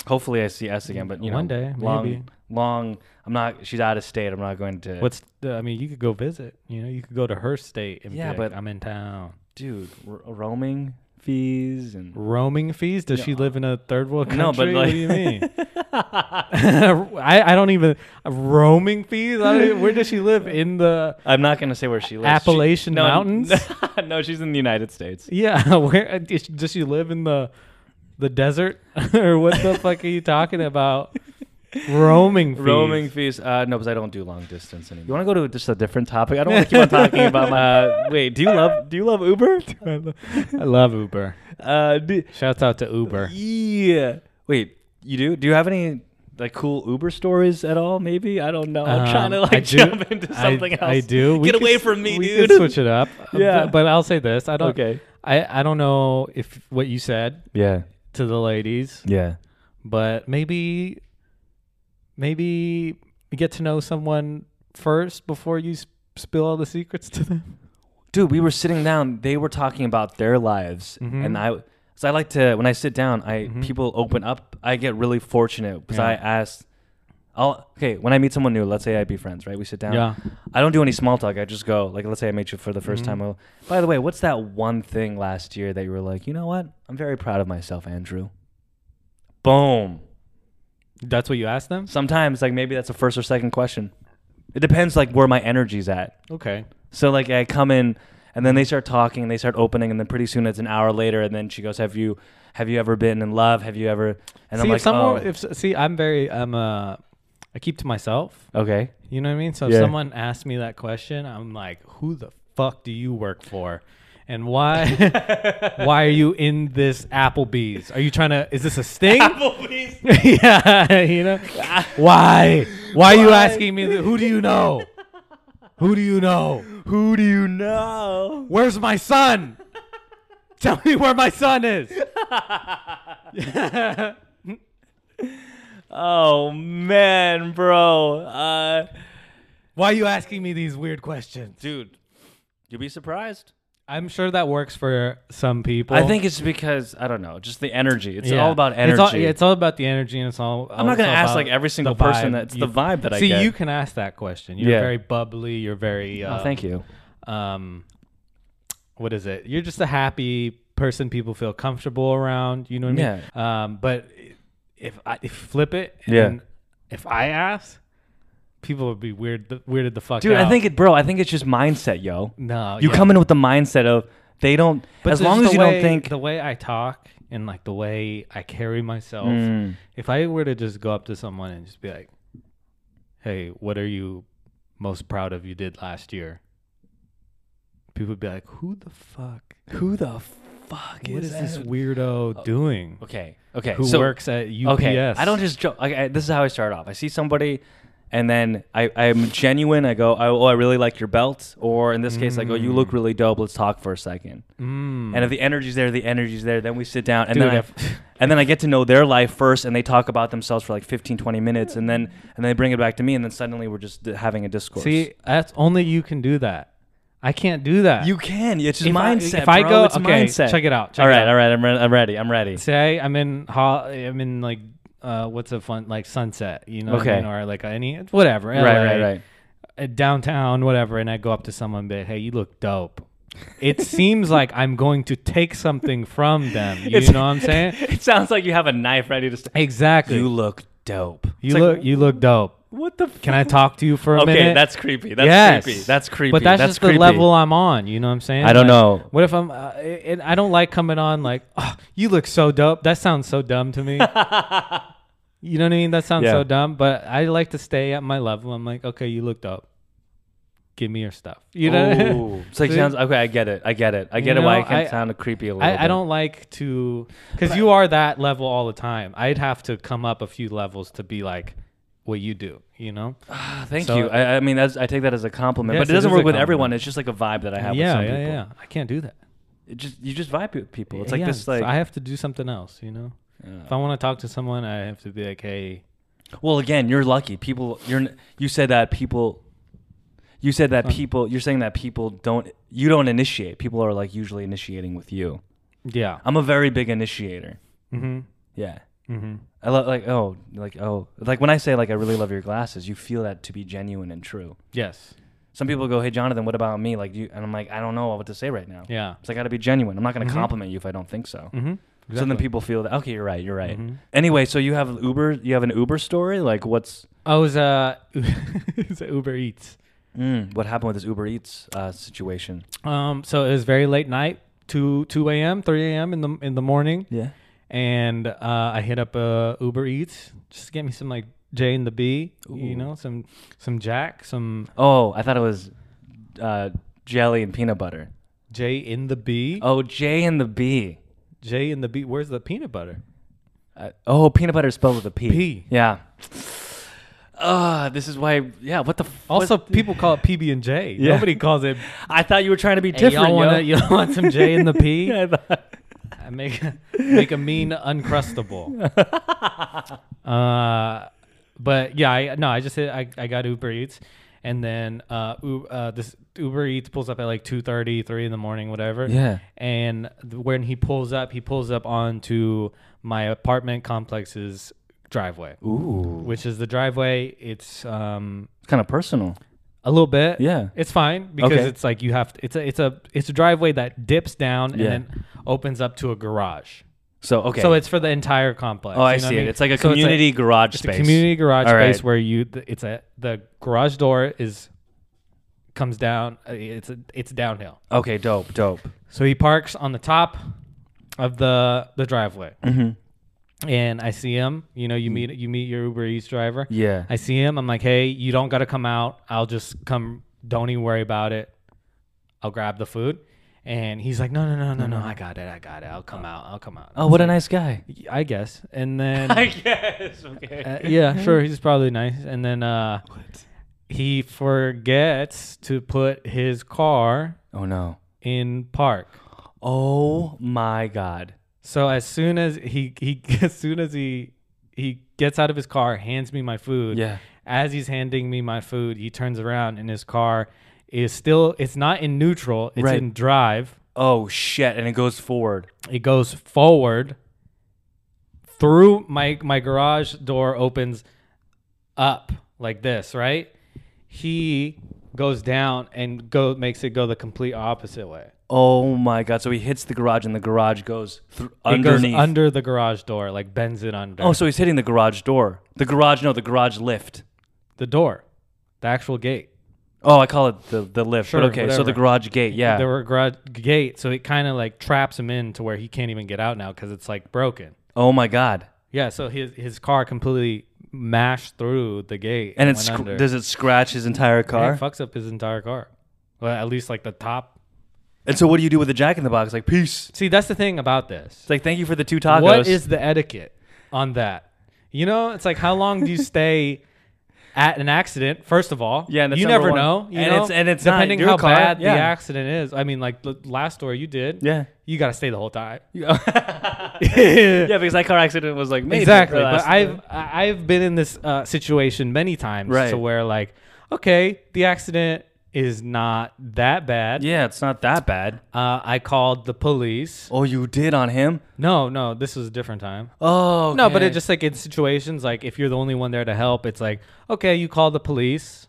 A: hopefully I see S again. But you
B: One
A: know,
B: day,
A: long,
B: maybe.
A: long. I'm not. She's out of state. I'm not going to.
B: What's the, I mean, you could go visit. You know, you could go to her state and
A: Yeah,
B: yeah, be
A: but-
B: but I'm in town.
A: dude? R- roaming fees and
B: Roaming fees? Does she live in a third world country?
A: No, but
B: what
A: like-
B: do you mean? I, I don't even roaming fees. I don't even, where does she live in the
A: I'm not going to say where she lives.
B: Appalachian
A: She- no,
B: Mountains?
A: no, she's in the United States.
B: yeah,
A: uh,
B: where is- does she live in the the desert or what the fuck are you talking about? Roaming fees.
A: Roaming fees? Uh, no, because I don't do long distance anymore. You want to go to just a different topic? I don't want to keep on talking about my. Uh, wait, do you love? Do you love Uber?
B: I lo- I love Uber.
A: Uh, do,
B: Shouts out to Uber.
A: yeah. Wait, you do? Do you have any? Like cool Uber stories at all? Maybe I don't know. I'm trying to
B: Um,
A: like
B: I do-
A: jump into
B: I-
A: something else.
B: I do.
A: Get
B: could
A: away
B: s-
A: from me,
B: we
A: dude.
B: Could switch it up.
A: Yeah.
B: B- but I'll say this: I don't.
A: Okay.
B: I I don't know if what you said
A: Yeah,
B: to the ladies,
A: yeah.
B: but maybe, maybe get to know someone first before you s- spill all the secrets to them.
A: Dude, we were sitting down. They were talking about their lives, and I. So I like to when I sit down, I people open up. I get really fortunate because I ask. I'll, okay, when I meet someone new, let's say I be friends, right? We sit down.
B: Yeah.
A: I don't do any small talk. I just go like, let's say I meet you for the 1st time. I'll, By the way, what's that one thing last year that you were like, you know what? I'm very proud of myself, Andrew. Boom.
B: That's what you asked them.
A: Sometimes like maybe that's a first or second question. It depends like where my energy's at.
B: Okay.
A: So like I come in and then they start talking and they start opening and then pretty soon it's an hour later and then she goes, "Have you have you ever been in love? Have you ever?" And
B: see
A: I'm
B: if
A: like,
B: someone
A: "Oh,
B: if s- see I'm very I'm uh I keep to myself.
A: okay."
B: You know what I mean? So
A: Yeah.
B: if someone asked me that question, I'm like, who the fuck do you work for? And why why are you in this Applebee's? Are you trying to is this a sting? yeah, you know. Why? Why are you asking me that? who do you know? Who do you know?
A: Who do you know?
B: Where's my son? Tell me where my son is.
A: Oh man, bro. Uh,
B: Why are you asking me these weird questions?
A: dude, you'll be surprised.
B: I'm sure that works for some people.
A: I think it's because I don't know, just the energy. It's
B: Yeah.
A: all about energy.
B: It's all, yeah, it's all about the energy, and it's all.
A: I'm not
B: also
A: gonna ask,
B: about
A: like, every single
B: the
A: person
B: vibe.
A: that's the vibe that I
B: see.
A: get.
B: You can ask that question. You're
A: Yeah.
B: very bubbly. You're very. Uh,
A: oh, thank you.
B: Um, what is it? You're just a happy person. People feel comfortable around. You know what I mean? Yeah. Um, but if I if flip it, and
A: Yeah.
B: If I ask, people would be weird. Weirded the fuck
A: Dude,
B: out.
A: I think it, bro. I think it's just mindset, yo.
B: No,
A: you
B: yeah.
A: come in with the mindset of they don't.
B: But
A: as
B: there's
A: long
B: the
A: as you
B: way-
A: don't think
B: the way I talk and like the way I carry myself,
A: Mm.
B: if I were to just go up to someone and just be like, "Hey, what are you most proud of you did last year?" People would be like, "Who the fuck?
A: who the fuck
B: What is
A: is Oh,
B: this weirdo doing?
A: Okay, okay.
B: Who
A: so,
B: works at UPS?"
A: Okay, I don't just jump. Like, I, this is how I start off. I see somebody, and then I, I'm genuine. I go, oh, I really like your belt, or in this case, I go, you look really dope. Let's talk for a second.
B: Mm.
A: And if the energy's there, the energy's there. Then we sit down, and
B: Dude,
A: then
B: if-
A: I, and then I get to know their life first, and they talk about themselves for like 15, 20 minutes, and then and they bring it back to me, and then suddenly we're just d- having a discourse.
B: see. That's only you can do that. I can't do that.
A: you can. It's just
B: If I-
A: mindset.
B: if I
A: bro.
B: go-
A: it's
B: okay,
A: mindset.
B: check it out, check
A: all
B: it
A: right,
B: out.
A: all right. I'm, re- I'm ready. I'm ready.
B: say I'm in ho- I'm in like uh what's a fun like sunset, you know, what I
A: Okay.
B: mean? or like any whatever,
A: Right,
B: LA,
A: right, right.
B: uh, downtown, whatever, and I go up to someone, but hey, you look dope. It seems like I'm going to take something from them. You
A: It's-
B: know what I'm saying?
A: It sounds like you have a knife ready to. St-
B: Exactly.
A: you
B: You,
A: look dope. It's like,
B: look you look dope.
A: What the?
B: Can I talk to you for a
A: okay,
B: minute?
A: that's creepy. That's
B: yes.
A: creepy. That's creepy.
B: But that's,
A: that's
B: just
A: creepy.
B: the level I'm on. You know what I'm saying?
A: I don't
B: Like,
A: know.
B: What if I'm? Uh, it, I don't like coming on like, oh, you look so dope. That sounds so dumb to me. you know what I mean? That sounds
A: Yeah.
B: so dumb. But I like to stay at my level. I'm like, okay, you look dope. Give me your stuff. You know.
A: Ooh. It's like
B: See?
A: sounds okay. I get it. I get it. I get it. Why
B: know,
A: it can
B: I-
A: sound creepy a little.
B: I, I
A: bit.
B: don't like to, because you are that level all the time. I'd have to come up a few levels to be like what you do, you know?
A: Ah, Thank
B: so-
A: you. I, I mean, that's, I take that as a compliment,
B: Yes,
A: but
B: it
A: it doesn't
B: is
A: work
B: a
A: with everyone.
B: compliment.
A: It's just like a vibe that I have with
B: yeah,
A: some
B: yeah,
A: people.
B: yeah. I can't do that.
A: It just you just vibe with people. It's like
B: Yeah,
A: this.
B: so
A: Like
B: I have to do something else, you know. If I want to talk to someone, I have to be like, hey,
A: well, again, you're lucky. People, you're n- you said that people. You said that people. You're saying that people don't. You don't initiate. People are like usually initiating with you.
B: yeah,
A: I'm a very big initiator.
B: mm-hmm,
A: Yeah.
B: mm-hmm.
A: I love like oh like oh like when I say like I really love your glasses, you feel that to be genuine and true.
B: yes,
A: Some people go, "Hey Jonathan, what about me?" Like you and I'm like, "I don't know what to say right now."
B: yeah,
A: It's like I got to be genuine. I'm not going to compliment you if I don't think so.
B: mm-hmm.
A: So then people feel that okay, you're right, you're right. Anyway, so you have an Uber, you have an Uber story? Like what's
B: I was uh, it was Uber Eats.
A: mm, what happened with this Uber Eats uh, situation?
B: Um, so it was very late night, two two a.m., three a.m. in the in the morning,
A: Yeah.
B: and uh, I hit up uh, Uber Eats just to get me some like J and the B, you
A: Ooh.
B: know, some some Jack, some
A: Oh, I thought it was uh, jelly and peanut butter.
B: J in the B,
A: Oh, J and the B.
B: J in the B. Where's the peanut butter?
A: Uh, oh, peanut butter is spelled with a P.
B: P.
A: Yeah. Uh, this is why. Yeah. What the? F-
B: Also,
A: what-
B: people call it PB and J.
A: Yeah.
B: Nobody calls it
A: I thought you were trying to be
B: Hey,
A: different.
B: y'all
A: yo.
B: wanna- y'all want some J in the P?
A: Yeah, I thought-
B: I make make a mean uncrustable. uh, but yeah, I no, I just hit, I I got Uber Eats, and then uh, U, uh this Uber Eats pulls up at like 2:30, 3 in the morning, whatever.
A: Yeah.
B: And th- when he pulls up, he pulls up onto my apartment complex's driveway,
A: Ooh,
B: which is the driveway. It's um
A: it's kind of personal.
B: a little bit.
A: Yeah.
B: It's fine because
A: Okay.
B: it's like you have to, it's a it's a it's a driveway that dips down
A: Yeah.
B: and then opens up to a garage.
A: So okay.
B: So it's for the entire complex.
A: oh, I
B: you know
A: see
B: what
A: it.
B: mean?
A: It's like a
B: So
A: community garage
B: It's a,
A: space.
B: community garage
A: All
B: space
A: right.
B: where you th- it's a the garage door is comes down uh, it's a, it's downhill.
A: Okay, dope, dope.
B: So he parks on the top of the the driveway.
A: Mm-hmm.
B: And I see him, you know, you meet you meet your Uber Eats driver.
A: Yeah.
B: I see him. I'm like, hey, you don't got to come out. I'll just come. Don't even worry about it. I'll grab the food. And he's like, no, no, no, no, no. I got it. I got it. I'll come out. I'll come out.
A: oh, what a nice guy.
B: I guess. And then,
A: guess. Okay.
B: uh, yeah, sure. He's probably nice. And then uh, he forgets to put his car
A: oh no.
B: in park.
A: Oh my God.
B: So as soon as he he as soon as he he gets out of his car, hands me my food.
A: Yeah.
B: As he's handing me my food, he turns around and his car is still it's not in neutral, it's
A: Right.
B: in drive.
A: Oh shit! And it goes forward.
B: It goes forward through my my garage door opens up like this, right? He goes down and go makes it go the complete opposite way.
A: Oh my god! So he hits the garage, and the garage goes thr-
B: It goes
A: underneath.
B: under the garage door, like bends it under.
A: oh, so he's hitting the garage door. The garage, no, the garage lift.
B: the door, the actual gate.
A: Oh, I call it the the lift.
B: Sure,
A: but okay, so the
B: whatever.
A: garage gate. Yeah.
B: The were garage gate, so it kind of like traps him in to where he can't even get out now because it's like broken.
A: oh my god!
B: Yeah, so his his car completely mashed through the gate
A: And it's
B: went
A: scr-
B: under.
A: does it scratch his entire
B: And
A: car?
B: it fucks up his entire car. Well, at least like the top.
A: and so what do you do with the jack in the box? Like peace.
B: See, that's the thing about this.
A: It's like thank you for the two tacos.
B: What is the etiquette on that? You know, it's like how long do you stay at an accident? First of all,
A: Yeah, that's
B: you
A: number
B: never
A: one.
B: know. You
A: And
B: know?
A: it's- and it's not
B: depending
A: your
B: how
A: car,
B: bad
A: yeah.
B: the accident is. I mean, like the last story you did,
A: Yeah.
B: you got to stay the whole time.
A: Yeah, because that car accident was like major
B: exactly.
A: for us.
B: But I've I- I've been in this uh, situation many times
A: Right.
B: to where like, okay, the accident is not that bad.
A: yeah, it's not that bad.
B: Uh, I called the police.
A: Oh, you did on him.
B: No, no, this was a different time.
A: Oh
B: No, but it
A: okay.
B: just like in situations like if you're the only one there to help, it's like, okay, you call the police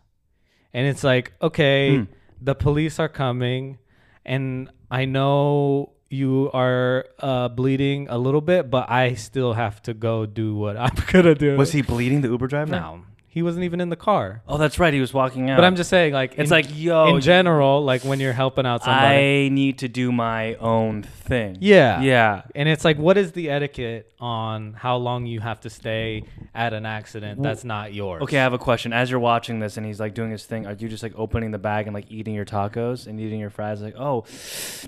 B: and it's like, okay,
A: Hmm.
B: the police are coming and I know you are uh, bleeding a little bit, but I still have to go do what I'm gonna do.
A: was he bleeding the Uber driver.
B: no. He wasn't even in the car.
A: Oh, that's right. He was walking out.
B: But I'm just saying, like
A: It's
B: in-
A: like, yo,
B: in general, like when you're helping out somebody
A: I need to do my own thing.
B: Yeah.
A: Yeah.
B: And it's like, what is the etiquette on how long you have to stay at an accident that's not yours?
A: Okay, I have a question. As you're watching this and he's like doing his thing, are you just like opening the bag and like eating your tacos and eating your fries? Like, oh,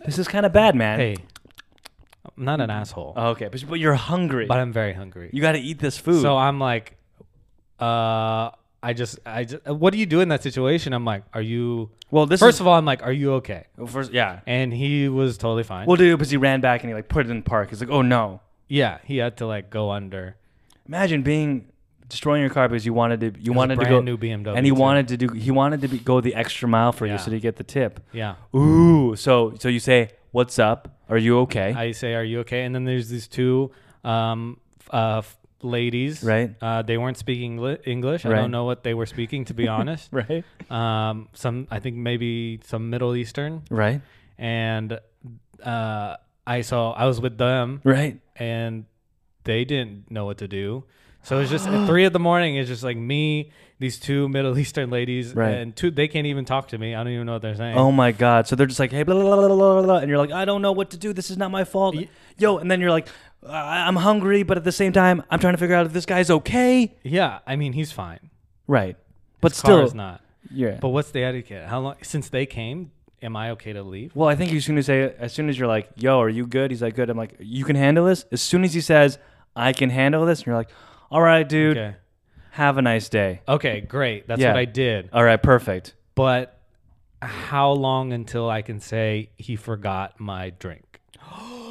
A: this is kind of bad, man.
B: Hey, I'm not an asshole,
A: Oh, okay, but, but you're hungry.
B: but I'm very hungry.
A: you got to eat this food.
B: so I'm like, uh, I just, I just, what do you do in that situation? I'm like, are you,
A: well, this
B: first
A: is,
B: of all, I'm like, are you okay?
A: all, first, yeah.
B: And he was totally fine.
A: Well, dude, because he ran back and he like put it in park. He's like, oh no.
B: yeah, he had to like go under.
A: Imagine being destroying your car because you wanted to. You wanted to go
B: brand new BMW,
A: and he
B: too.
A: wanted to do. He wanted to be, go the extra mile for
B: Yeah.
A: you so to get the tip.
B: Yeah.
A: Ooh, so so you say, "What's up? Are you okay?"
B: I say, "Are you okay?" And then there's these two um, f- uh, f- ladies.
A: Right.
B: Uh, they weren't speaking Engli- English. I
A: Right.
B: don't know what they were speaking, to be honest.
A: right,
B: Um, some, I think maybe some Middle Eastern.
A: right,
B: And uh, I saw I was with them,
A: right.
B: and they didn't know what to do. So it's just at three in the morning. It's just like me, these two Middle Eastern ladies,
A: Right.
B: and two. They can't even talk to me. I don't even know what they're saying.
A: Oh my god! So they're just like, "Hey, blah blah blah blah blah,", blah and you're like, "I don't know what to do. This is not my fault." Yo, and then you're like, I- "I'm hungry, but at the same time, I'm trying to figure out if this guy's okay."
B: Yeah, I mean he's fine.
A: Right, but
B: Still
A: still,
B: is not.
A: yeah.
B: But what's the etiquette? How long since they came? Am I okay to leave?
A: Well, I think you soon as say as soon as you're like, "Yo, are you good?" He's like, "Good." I'm like, "You can handle this." As soon as he says, "I can handle this," and you're like, "All right, dude.
B: Okay.
A: Have a nice day."
B: Okay, great. That's
A: Yeah.
B: what I did.
A: All right, perfect.
B: But how long until I can say he forgot my drink?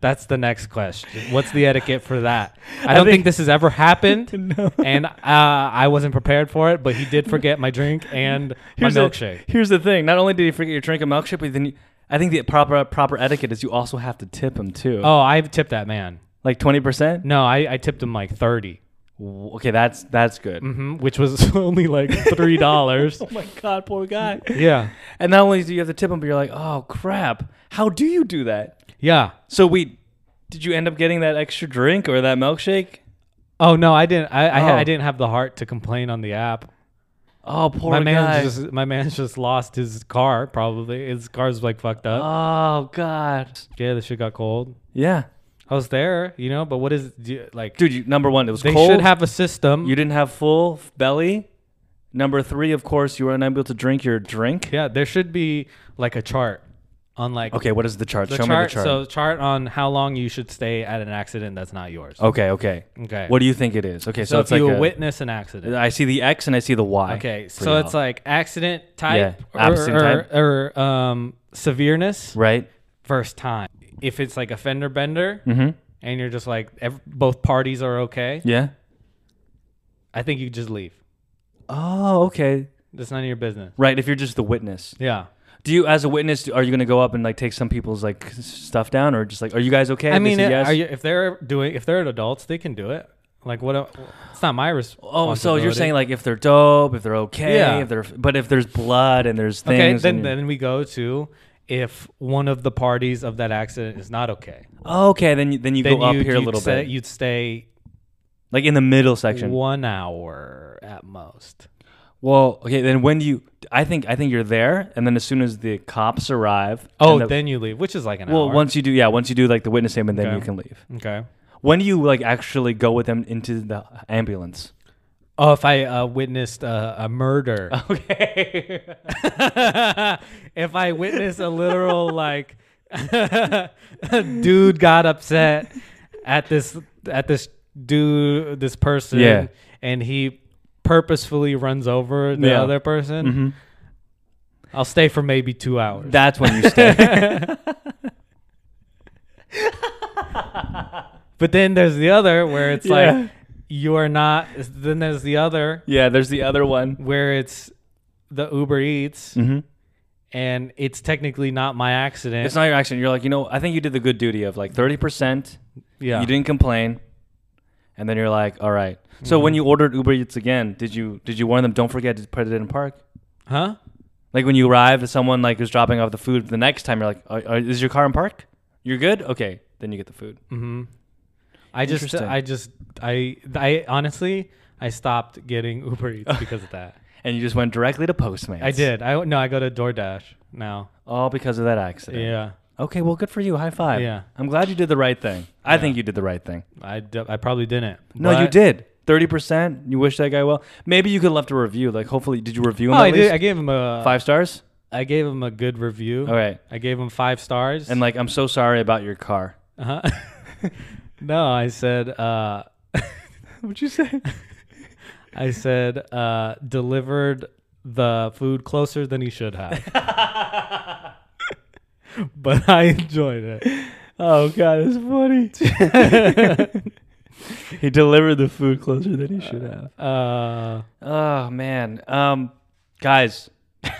B: That's the next question. What's the etiquette for that? I don't think, this has ever happened, and uh, I wasn't prepared for it. But he did forget my drink and my milkshake.
A: The, here's the thing: not only did he forget your drink and milkshake, but then you, I think the proper proper etiquette is you also have to tip him too,
B: oh, I tipped that man.
A: like twenty percent.
B: No, I, I tipped him like thirty.
A: Okay, that's that's good.
B: Mhm, which was only like three dollars.
A: Oh my god, poor guy.
B: yeah,
A: and not only do you have to tip him, but you're like, oh crap, how do you do that?
B: yeah.
A: So we, did you end up getting that extra drink or that milkshake?
B: Oh no, I didn't. I I,
A: Oh.
B: I didn't have the heart to complain on the app.
A: Oh, poor
B: My
A: guy.
B: man just my man just lost his car. Probably his car's like fucked up.
A: oh god.
B: yeah, the shit got cold.
A: Yeah,
B: I was there, you know. But what is do you, like?
A: dude. You, number one, it was
B: they
A: cold.
B: should have a system.
A: you didn't have full f- belly. Number three, of course, you were unable to drink your drink.
B: yeah, there should be like a chart on like
A: Okay, what is the chart?
B: the
A: Show
B: chart.
A: me the chart.
B: So chart on how long you should stay at an accident that's not yours.
A: okay, okay.
B: Okay.
A: Oh, What do you think it is? Okay, so,
B: so,
A: it's
B: if you
A: like a,
B: witness an accident.
A: I see the X and I see the Y.
B: Okay,
A: for
B: so
A: y'all.
B: it's like accident type
A: Yeah,
B: or,
A: accident
B: or, or, um, severeness
A: right.
B: first time. If it's like a fender bender
A: Mm-hmm.
B: and you're just like ev- both parties are okay,
A: Yeah.
B: I think you just leave.
A: Oh, okay.
B: That's none of your business.
A: Right. If you're just the witness,
B: Yeah.
A: do you, as a witness, do- are you going to go up and like take some people's like s- stuff down, or just like, are you guys okay?
B: I
A: They
B: mean, uh,
A: say yes?
B: are you, if they're doing, if they're adults, they can do it. Like what? a- It's not my responsibility.
A: Oh, so you're saying like if they're dope, if they're okay,
B: Yeah.
A: if they're but if there's blood and there's
B: okay?
A: things.
B: Then
A: and-
B: then we go to if one of the parties of that accident is not okay.
A: oh, okay, then you, then you
B: Then
A: go up
B: you'd-
A: here a
B: you'd
A: little
B: say-
A: bit,
B: You'd stay
A: like in the middle section.
B: one hour at most.
A: Well, okay, then when do you? I think I think you're there, and then as soon as the cops arrive,
B: Oh,
A: and the-
B: then you leave, which is like an
A: well,
B: hour.
A: once you do, yeah, once you do like the witness statement, then
B: Okay.
A: you can leave.
B: okay.
A: When do you like actually go with them into the ambulance?
B: Oh, if I uh, witnessed uh, a murder.
A: Okay.
B: if I witness a literal like dude got upset at this at this dude this person
A: Yeah.
B: and he purposefully runs over the
A: Yeah. Mm-hmm.
B: other person I'll stay for maybe 2 hours.
A: That's when you stay.
B: but then there's the other where it's
A: Yeah.
B: like you are not then there's the other
A: yeah, there's the other one.
B: where it's the Uber Eats and it's technically not my accident.
A: It's not your accident. You're like, you know, I think you did the good duty of like thirty percent.
B: yeah.
A: You didn't complain, and then you're like, all right. So when you ordered Uber Eats again, did you did you warn them? Don't forget to put it in park.
B: Huh?
A: Like when you arrive, if someone like is dropping off the food the next time, you're like, "Are- are- "Is your car in park? You're good. Okay, then you get the food."
B: I just
A: Interesting.
B: I just I I honestly I stopped getting Uber Eats because of that.
A: And you just went directly to Postmates.
B: I did. I no, I go to DoorDash now.
A: all because of that accident.
B: Yeah.
A: Okay, well, good for you. High five.
B: Yeah.
A: I'm glad you did the right thing. I think you did the right thing.
B: I, d- I probably didn't.
A: No, you
B: but-
A: did. Thirty percent. You wish that guy well. Maybe you could left a review. Like, hopefully, did you review him?
B: Oh,
A: at
B: I did.
A: least?
B: I gave him a
A: Five stars.
B: I gave him a good review.
A: All right.
B: I gave him five stars.
A: And like, I'm so sorry about your car.
B: uh-huh. no, I said. uh What'd you say? I said uh delivered the food closer than he should have. but I enjoyed it.
A: Oh God, that's funny. he delivered the food closer than he should have.
B: Uh,
A: Oh man, um, guys,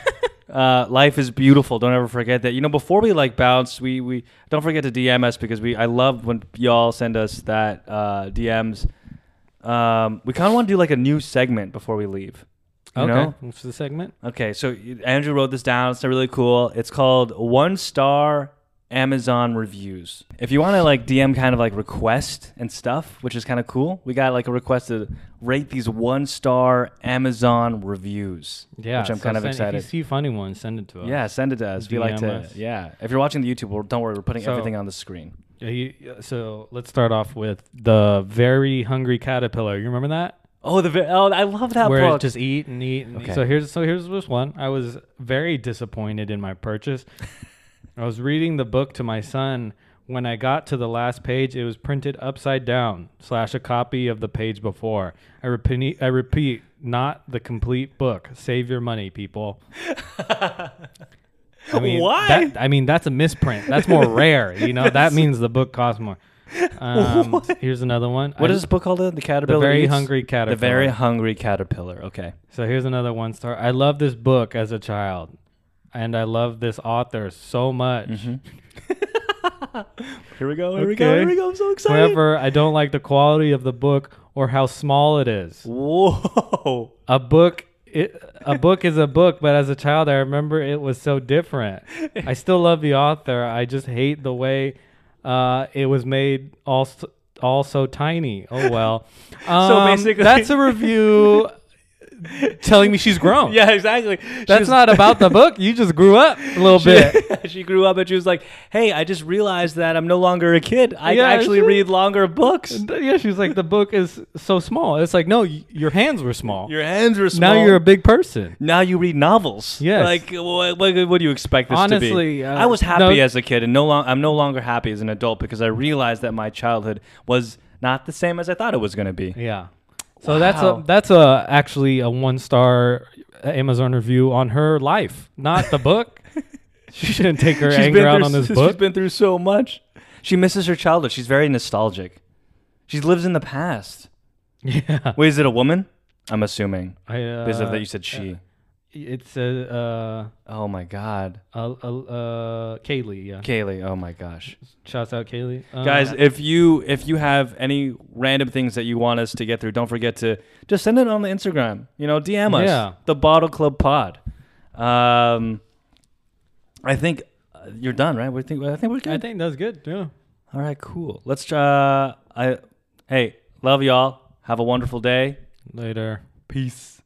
A: uh, life is beautiful. Don't ever forget that. You know, before we like bounce, we we don't forget to DM us because we I love when y'all send us that uh, DMs. Um, we kind of want to do like a new segment before we leave. You
B: okay.
A: know?
B: What's the segment?
A: Okay, so you- Andrew wrote this down. It's really cool. It's called One Star Amazon Reviews. If you want to like DM kind of like request and stuff, which is kind of cool, we got like a request to rate these one star Amazon reviews.
B: Yeah.
A: which I'm
B: so
A: kind of
B: send-
A: excited.
B: If you see funny ones, send it to us.
A: yeah, send it to us. We like
B: DM
A: to.
B: us.
A: Yeah, if you're watching the YouTube, well, don't worry, we're putting
B: So-
A: everything on the screen.
B: Yeah, Uh, you- so let's start off with the very hungry caterpillar. You remember that?
A: Oh, the vi- oh, I love that
B: where
A: book.
B: it just eat and eat. And
A: Okay.
B: eat. So here's so here's this one. I was very disappointed in my purchase. I was reading the book to my son. When I got to the last page, it was printed upside down slash a copy of the page before. I repeat, I repeat, not the complete book. Save your money, people. I mean,
A: Why?
B: that- I mean, that's a misprint. That's more rare. You know, that means the book costs more. Um, here's another one.
A: what
B: I-
A: is this book called? The, the Caterpillar.
B: Very
A: Eats?
B: Hungry
A: The very
B: Caterpillar.
A: hungry caterpillar. Okay.
B: So here's another one star. I love this book as a child, and I love this author so much.
A: Here we go. Here
B: we go, here we go,
A: I'm so excited.
B: However, I don't like the quality of the book or how small it is.
A: Whoa.
B: A book. It, a book is a book, but as a child, I remember it was so different. I still love the author. I just hate the way uh, it was made, all s- all so tiny. Oh well. Um,
A: basically-
B: that's a review telling me she's grown.
A: Yeah, exactly.
B: that's not about the book. You just grew up a little bit.
A: she grew up and she was like, "Hey, I just realized that I'm no longer a kid. I
B: Yeah,
A: actually
B: she-
A: read longer books.
B: Th- Yeah, she was like, the book is so small. It's like, no, y- your hands were small.
A: Your hands were
B: now
A: small.
B: you're a big person.
A: now you read novels.
B: Yes.
A: Like, what, what, what do you expect this to be?
B: Honestly, uh,
A: I was happy
B: no-
A: as a kid, and no long I'm no longer happy as an adult because I realized that my childhood was not the same as I thought it was going to be.
B: Yeah. So that's
A: Wow.
B: a that's a uh, actually a one star Amazon review on her life, not the book. She shouldn't take her
A: She's
B: anger
A: been
B: out
A: through-
B: on this
A: She's
B: book.
A: been through so much. She misses her childhood. She's very nostalgic. She lives in the past.
B: yeah.
A: Wait, is it a woman? I'm assuming.
B: I, uh,
A: Because of that you said she.
B: It's a
A: Oh my God.
B: uh, uh, uh, Kaylee. Yeah.
A: Kaylee. Oh my gosh.
B: Shouts out Kaylee. Uh,
A: Guys, if you if you have any random things that you want us to get through, don't forget to just send it on the Instagram. You know, DM us.
B: Yeah.
A: The Bottle Club Pod. Um, I think uh, you're done, right? We think I think we're good.
B: I think that's good. Yeah.
A: All right, cool. Let's uh, try. I hey, love y'all. Have a wonderful day.
B: Later.
A: Peace.